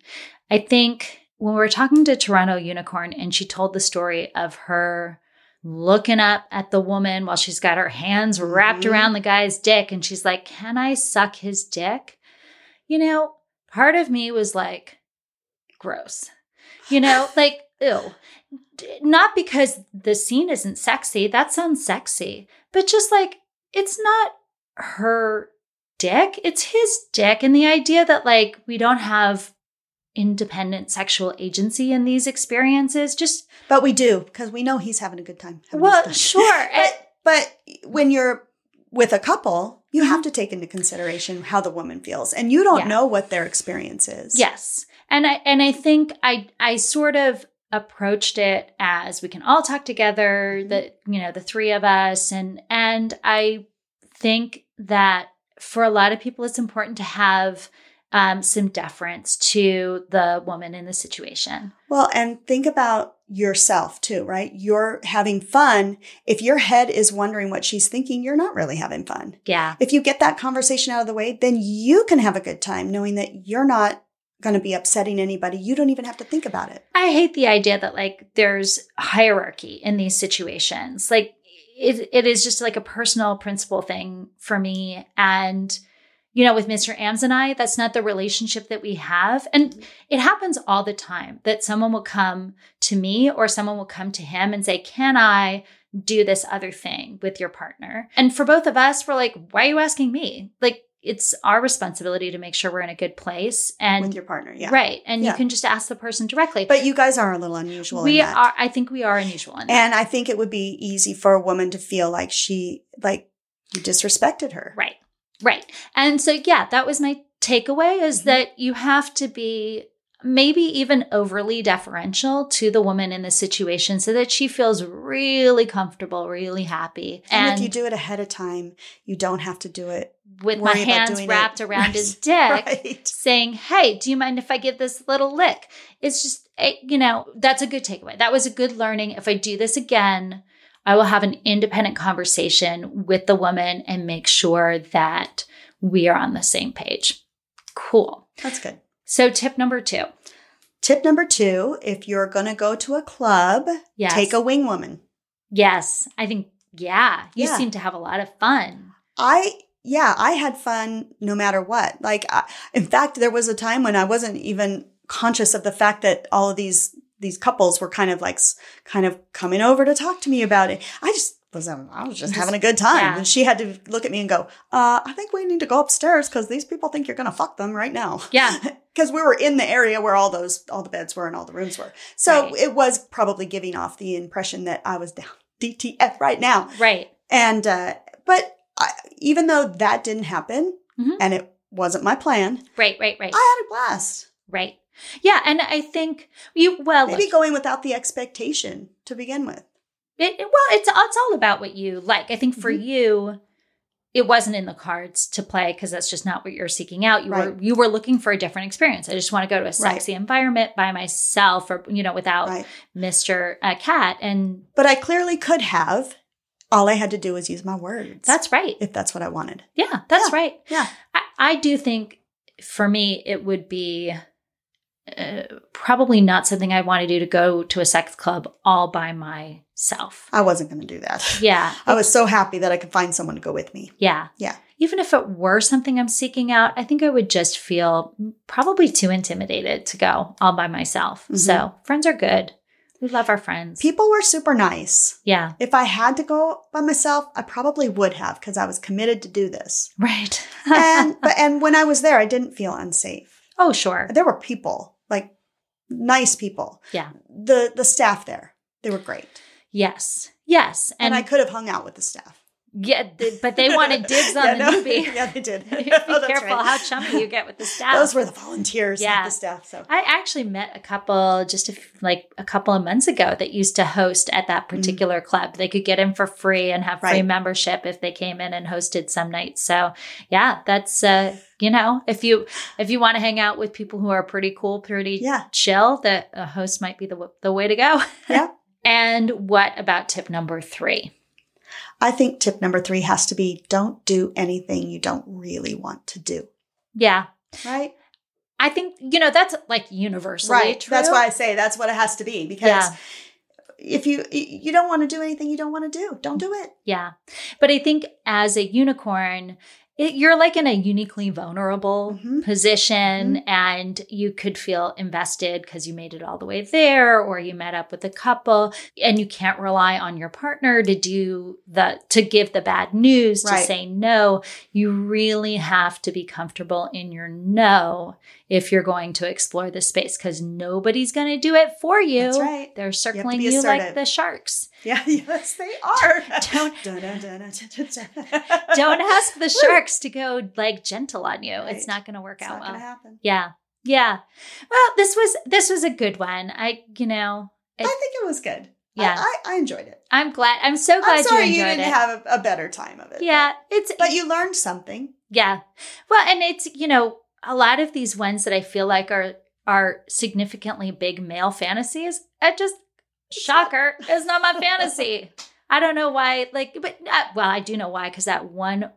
Speaker 2: I think when we were talking to Toronto Unicorn and she told the story of her looking up at the woman while she's got her hands wrapped
Speaker 1: Mhm.
Speaker 2: around the guy's dick and she's like, Can I suck his dick? You know, part of me was like, gross. You know, like, ew. D- Not because the scene isn't sexy, that sounds sexy, but just like, it's not her dick, it's his dick. And the idea that, like, we don't have independent sexual agency in these experiences, just,
Speaker 1: But we do because we know he's having a good time. having
Speaker 2: well,
Speaker 1: his fun.
Speaker 2: sure. and-
Speaker 1: But when you're with a couple, you have to take into consideration how the woman feels, and you don't
Speaker 2: Mm-hmm. Yeah.
Speaker 1: know what their experience is.
Speaker 2: Yes. And I and I think I I sort of approached it as we can all talk together, the you know, the three of us and and I think that for a lot of people it's important to have um, some deference to the woman in the situation.
Speaker 1: Well, and think about yourself too, right? You're having fun. If your head is wondering what she's thinking, you're not really having fun.
Speaker 2: Yeah.
Speaker 1: If you get that conversation out of the way, then you can have a good time knowing that you're not going to be upsetting anybody. You don't even have to think about it.
Speaker 2: I hate the idea that like there's hierarchy in these situations. Like it, it is just like a personal principle thing for me. And you know, with Mr. Ams and I, that's not the relationship that we have. And it happens all the time that someone will come to me or someone will come to him and say, Can I do this other thing with your partner? And for both of us, we're like, Why are you asking me? Like, it's our responsibility to make sure we're in a good place. And
Speaker 1: with your partner. Yeah.
Speaker 2: right. And
Speaker 1: Yeah.
Speaker 2: you can just ask the person directly
Speaker 1: But you guys are a little unusual. in
Speaker 2: we
Speaker 1: that.
Speaker 2: are i think we are unusual in that.
Speaker 1: And I think it would be easy for a woman to feel like she, like you disrespected her.
Speaker 2: right right and so yeah that was my takeaway is
Speaker 1: Mhm.
Speaker 2: that you have to be maybe even overly deferential to the woman in the situation so that she feels really comfortable really happy
Speaker 1: And,
Speaker 2: and,
Speaker 1: if you do it ahead of time, you don't have to do it.
Speaker 2: with my
Speaker 1: worry about
Speaker 2: hands
Speaker 1: doing it.
Speaker 2: wrapped around his dick
Speaker 1: Right.
Speaker 2: saying hey do you mind if i give this little lick it's just eh, you know that's a good takeaway that was a good learning if i do this again i will have an independent conversation with the woman and make sure that we are on the same page cool
Speaker 1: That's good.
Speaker 2: so tip number two
Speaker 1: Tip number two if you're going to go to a club,
Speaker 2: yes
Speaker 1: take a wing woman.
Speaker 2: yes i think yeah you
Speaker 1: Yeah.
Speaker 2: seem to have a lot of fun
Speaker 1: I, yeah, I had fun no matter what. Like, I, in fact, there was a time when I wasn't even conscious of the fact that all of these, these couples were kind of like, s- kind of coming over to talk to me about it. I just was, um, I was just
Speaker 2: Just-
Speaker 1: having a good time.
Speaker 2: yeah.
Speaker 1: And she had to look at me and go, uh, I think we need to go upstairs because these people think you're going to fuck them right now.
Speaker 2: yeah
Speaker 1: Because we were in the area where all those, all the beds were and all the rooms were. So
Speaker 2: Right.
Speaker 1: it was probably giving off the impression that I was down DTF right now.
Speaker 2: right
Speaker 1: And uh, but I, even though that didn't happen,
Speaker 2: Mhm.
Speaker 1: and it wasn't my plan,
Speaker 2: right right right
Speaker 1: I had a blast.
Speaker 2: right yeah and i think you well
Speaker 1: Maybe going without the expectation to begin with.
Speaker 2: It, it- well, it's it's all about what you like. I think for
Speaker 1: Mhm.
Speaker 2: you, it wasn't in the cards to play because that's just not what you're seeking out. You
Speaker 1: Right.
Speaker 2: were you were looking for a different experience. I just want to go to a sexy environment by myself, or you know, without
Speaker 1: Right.
Speaker 2: Mister uh, Cat. And
Speaker 1: But I clearly could have. All I had to do was use my words.
Speaker 2: that's right.
Speaker 1: if that's what I wanted.
Speaker 2: Yeah, that's right.
Speaker 1: Yeah.
Speaker 2: I, I do think for me, it would be uh, probably not something I want to do to go to a sex club all by myself. self.
Speaker 1: I wasn't going to do that.
Speaker 2: Yeah.
Speaker 1: I was so happy that I could find someone to go with me.
Speaker 2: Yeah.
Speaker 1: Yeah.
Speaker 2: Even if it were something I'm seeking out, I think I would just feel probably too intimidated to go all by myself.
Speaker 1: Mhm.
Speaker 2: So friends are good. We love our friends.
Speaker 1: People were super nice.
Speaker 2: yeah.
Speaker 1: If I had to go by myself, I probably would have because I was committed to do this.
Speaker 2: Right.
Speaker 1: And but and when I was there, I didn't feel unsafe.
Speaker 2: oh, sure.
Speaker 1: There were people, like nice people.
Speaker 2: Yeah.
Speaker 1: The the staff there, they were great.
Speaker 2: Yes. Yes.
Speaker 1: And,
Speaker 2: And,
Speaker 1: I could have hung out with the staff.
Speaker 2: yeah, th- but they wanted dibs on
Speaker 1: Yeah,
Speaker 2: the
Speaker 1: no.
Speaker 2: newbie.
Speaker 1: yeah, they did.
Speaker 2: Be
Speaker 1: Oh, that's
Speaker 2: careful
Speaker 1: right.
Speaker 2: how chummy you get with the staff.
Speaker 1: Those were the volunteers, not
Speaker 2: Yeah.
Speaker 1: the staff. So
Speaker 2: I actually met a couple just a f like a couple of months ago that used to host at that particular club. They could get in for free and have free
Speaker 1: Mm. Right.
Speaker 2: membership if they came in and hosted some nights. So, yeah, that's uh, you know, if you if you want to hang out with people who are pretty cool, pretty
Speaker 1: Yeah.
Speaker 2: chill, the a host might be the w- the way to go.
Speaker 1: Yeah.
Speaker 2: and what about tip number 3?
Speaker 1: I think tip number three has to be don't do anything you don't really want to do.
Speaker 2: Yeah.
Speaker 1: Right?
Speaker 2: I think you know that's like universally true.
Speaker 1: That's why I say that's what it has to be because
Speaker 2: Yeah.
Speaker 1: if you you don't want to do anything you don't want to do, don't do it.
Speaker 2: Yeah. But I think as a unicorn, it, you're like in a uniquely vulnerable
Speaker 1: Mhm.
Speaker 2: position and you could feel invested because you made it all the way there or you met up with a couple and you can't rely on your partner to do the to give the bad news
Speaker 1: Right.
Speaker 2: to say no you really have to be comfortable in your no if you're going to explore this space because nobody's going to do it for you
Speaker 1: That's right.
Speaker 2: they're circling
Speaker 1: be
Speaker 2: you like
Speaker 1: assertive.
Speaker 2: the sharks
Speaker 1: Yeah, yes, they are.
Speaker 2: Don't-
Speaker 1: Don't
Speaker 2: don't ask the sharks to go like gentle on you. It's
Speaker 1: Right.
Speaker 2: not going to work
Speaker 1: It's
Speaker 2: out
Speaker 1: not gonna
Speaker 2: well.
Speaker 1: happen.
Speaker 2: Yeah. Yeah. Well, this was this was a good one. I, you know,
Speaker 1: I think it was good.
Speaker 2: Yeah.
Speaker 1: I, I, I enjoyed it.
Speaker 2: I'm glad. I'm so glad
Speaker 1: I'm sorry
Speaker 2: you
Speaker 1: you,
Speaker 2: enjoyed
Speaker 1: didn't
Speaker 2: it.
Speaker 1: have a, a better time of it.
Speaker 2: yeah, it's
Speaker 1: but, but you learned something.
Speaker 2: yeah. Well, and it's, you know, a lot of these ones that I feel like are are significantly big male fantasies. I just shocker is not my fantasy. I don't know why like but uh, well, I do know why cuz that one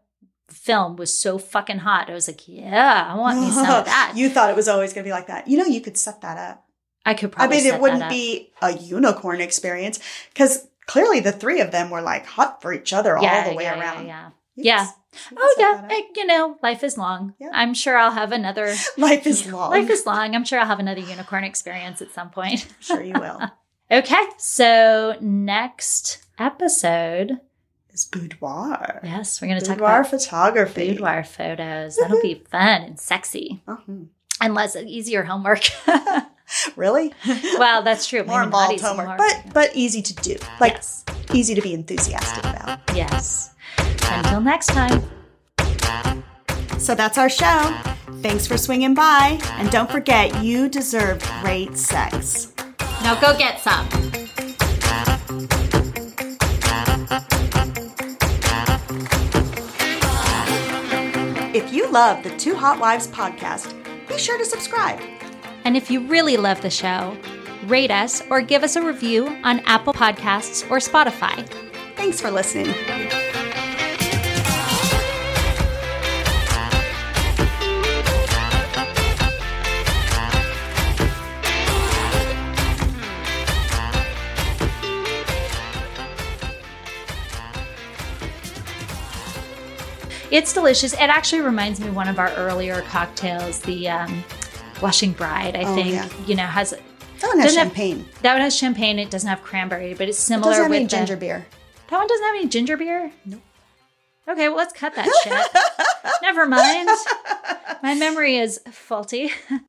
Speaker 2: film was so fucking hot. I was like, yeah, I want me some of that.
Speaker 1: you thought it was always going to be like that. You know, you could set that up.
Speaker 2: I could probably.
Speaker 1: I mean,
Speaker 2: set
Speaker 1: it wouldn't
Speaker 2: that up.
Speaker 1: be a unicorn experience because clearly the three of them were like hot for each other all the way
Speaker 2: yeah,
Speaker 1: around.
Speaker 2: Yeah.
Speaker 1: You
Speaker 2: Yeah.
Speaker 1: could- you could
Speaker 2: Oh
Speaker 1: set
Speaker 2: yeah,
Speaker 1: that up.
Speaker 2: I- you know, life is long.
Speaker 1: Yeah.
Speaker 2: I'm sure I'll have another.
Speaker 1: Life is long.
Speaker 2: Life is long. I'm sure I'll have another unicorn experience at some point.
Speaker 1: I'm sure you will.
Speaker 2: Okay, so next episode,
Speaker 1: It's boudoir.
Speaker 2: yes, we're going to talk
Speaker 1: Boudoir
Speaker 2: about
Speaker 1: photography.
Speaker 2: boudoir photos. That'll be fun and sexy,
Speaker 1: Uh-huh.
Speaker 2: unless uh, easier homework.
Speaker 1: Really?
Speaker 2: well, that's true.
Speaker 1: More
Speaker 2: Maybe
Speaker 1: involved
Speaker 2: Maddie's
Speaker 1: homework,
Speaker 2: more-
Speaker 1: but but easy to do. Like
Speaker 2: yes,
Speaker 1: easy to be enthusiastic about.
Speaker 2: yes. Until next time.
Speaker 1: So that's our show. Thanks for swinging by, and don't forget you deserve great sex.
Speaker 2: Now go get some.
Speaker 1: If you love the Two Hot Wives podcast, be sure to subscribe.
Speaker 2: And if you really love the show, rate us or give us a review on Apple Podcasts or Spotify.
Speaker 1: Thanks for listening.
Speaker 2: It's delicious. It actually reminds me of one of our earlier cocktails, the um, Blushing Bride, I
Speaker 1: Oh,
Speaker 2: think,
Speaker 1: yeah.
Speaker 2: you know, has
Speaker 1: That one has
Speaker 2: Doesn't have-
Speaker 1: champagne.
Speaker 2: that one has champagne. It doesn't have cranberry, but it's
Speaker 1: It
Speaker 2: similar
Speaker 1: doesn't have
Speaker 2: with
Speaker 1: any
Speaker 2: the-
Speaker 1: ginger beer.
Speaker 2: That one doesn't have any ginger beer? Nope. Okay, well, let's cut that shit. Never mind. My memory is faulty.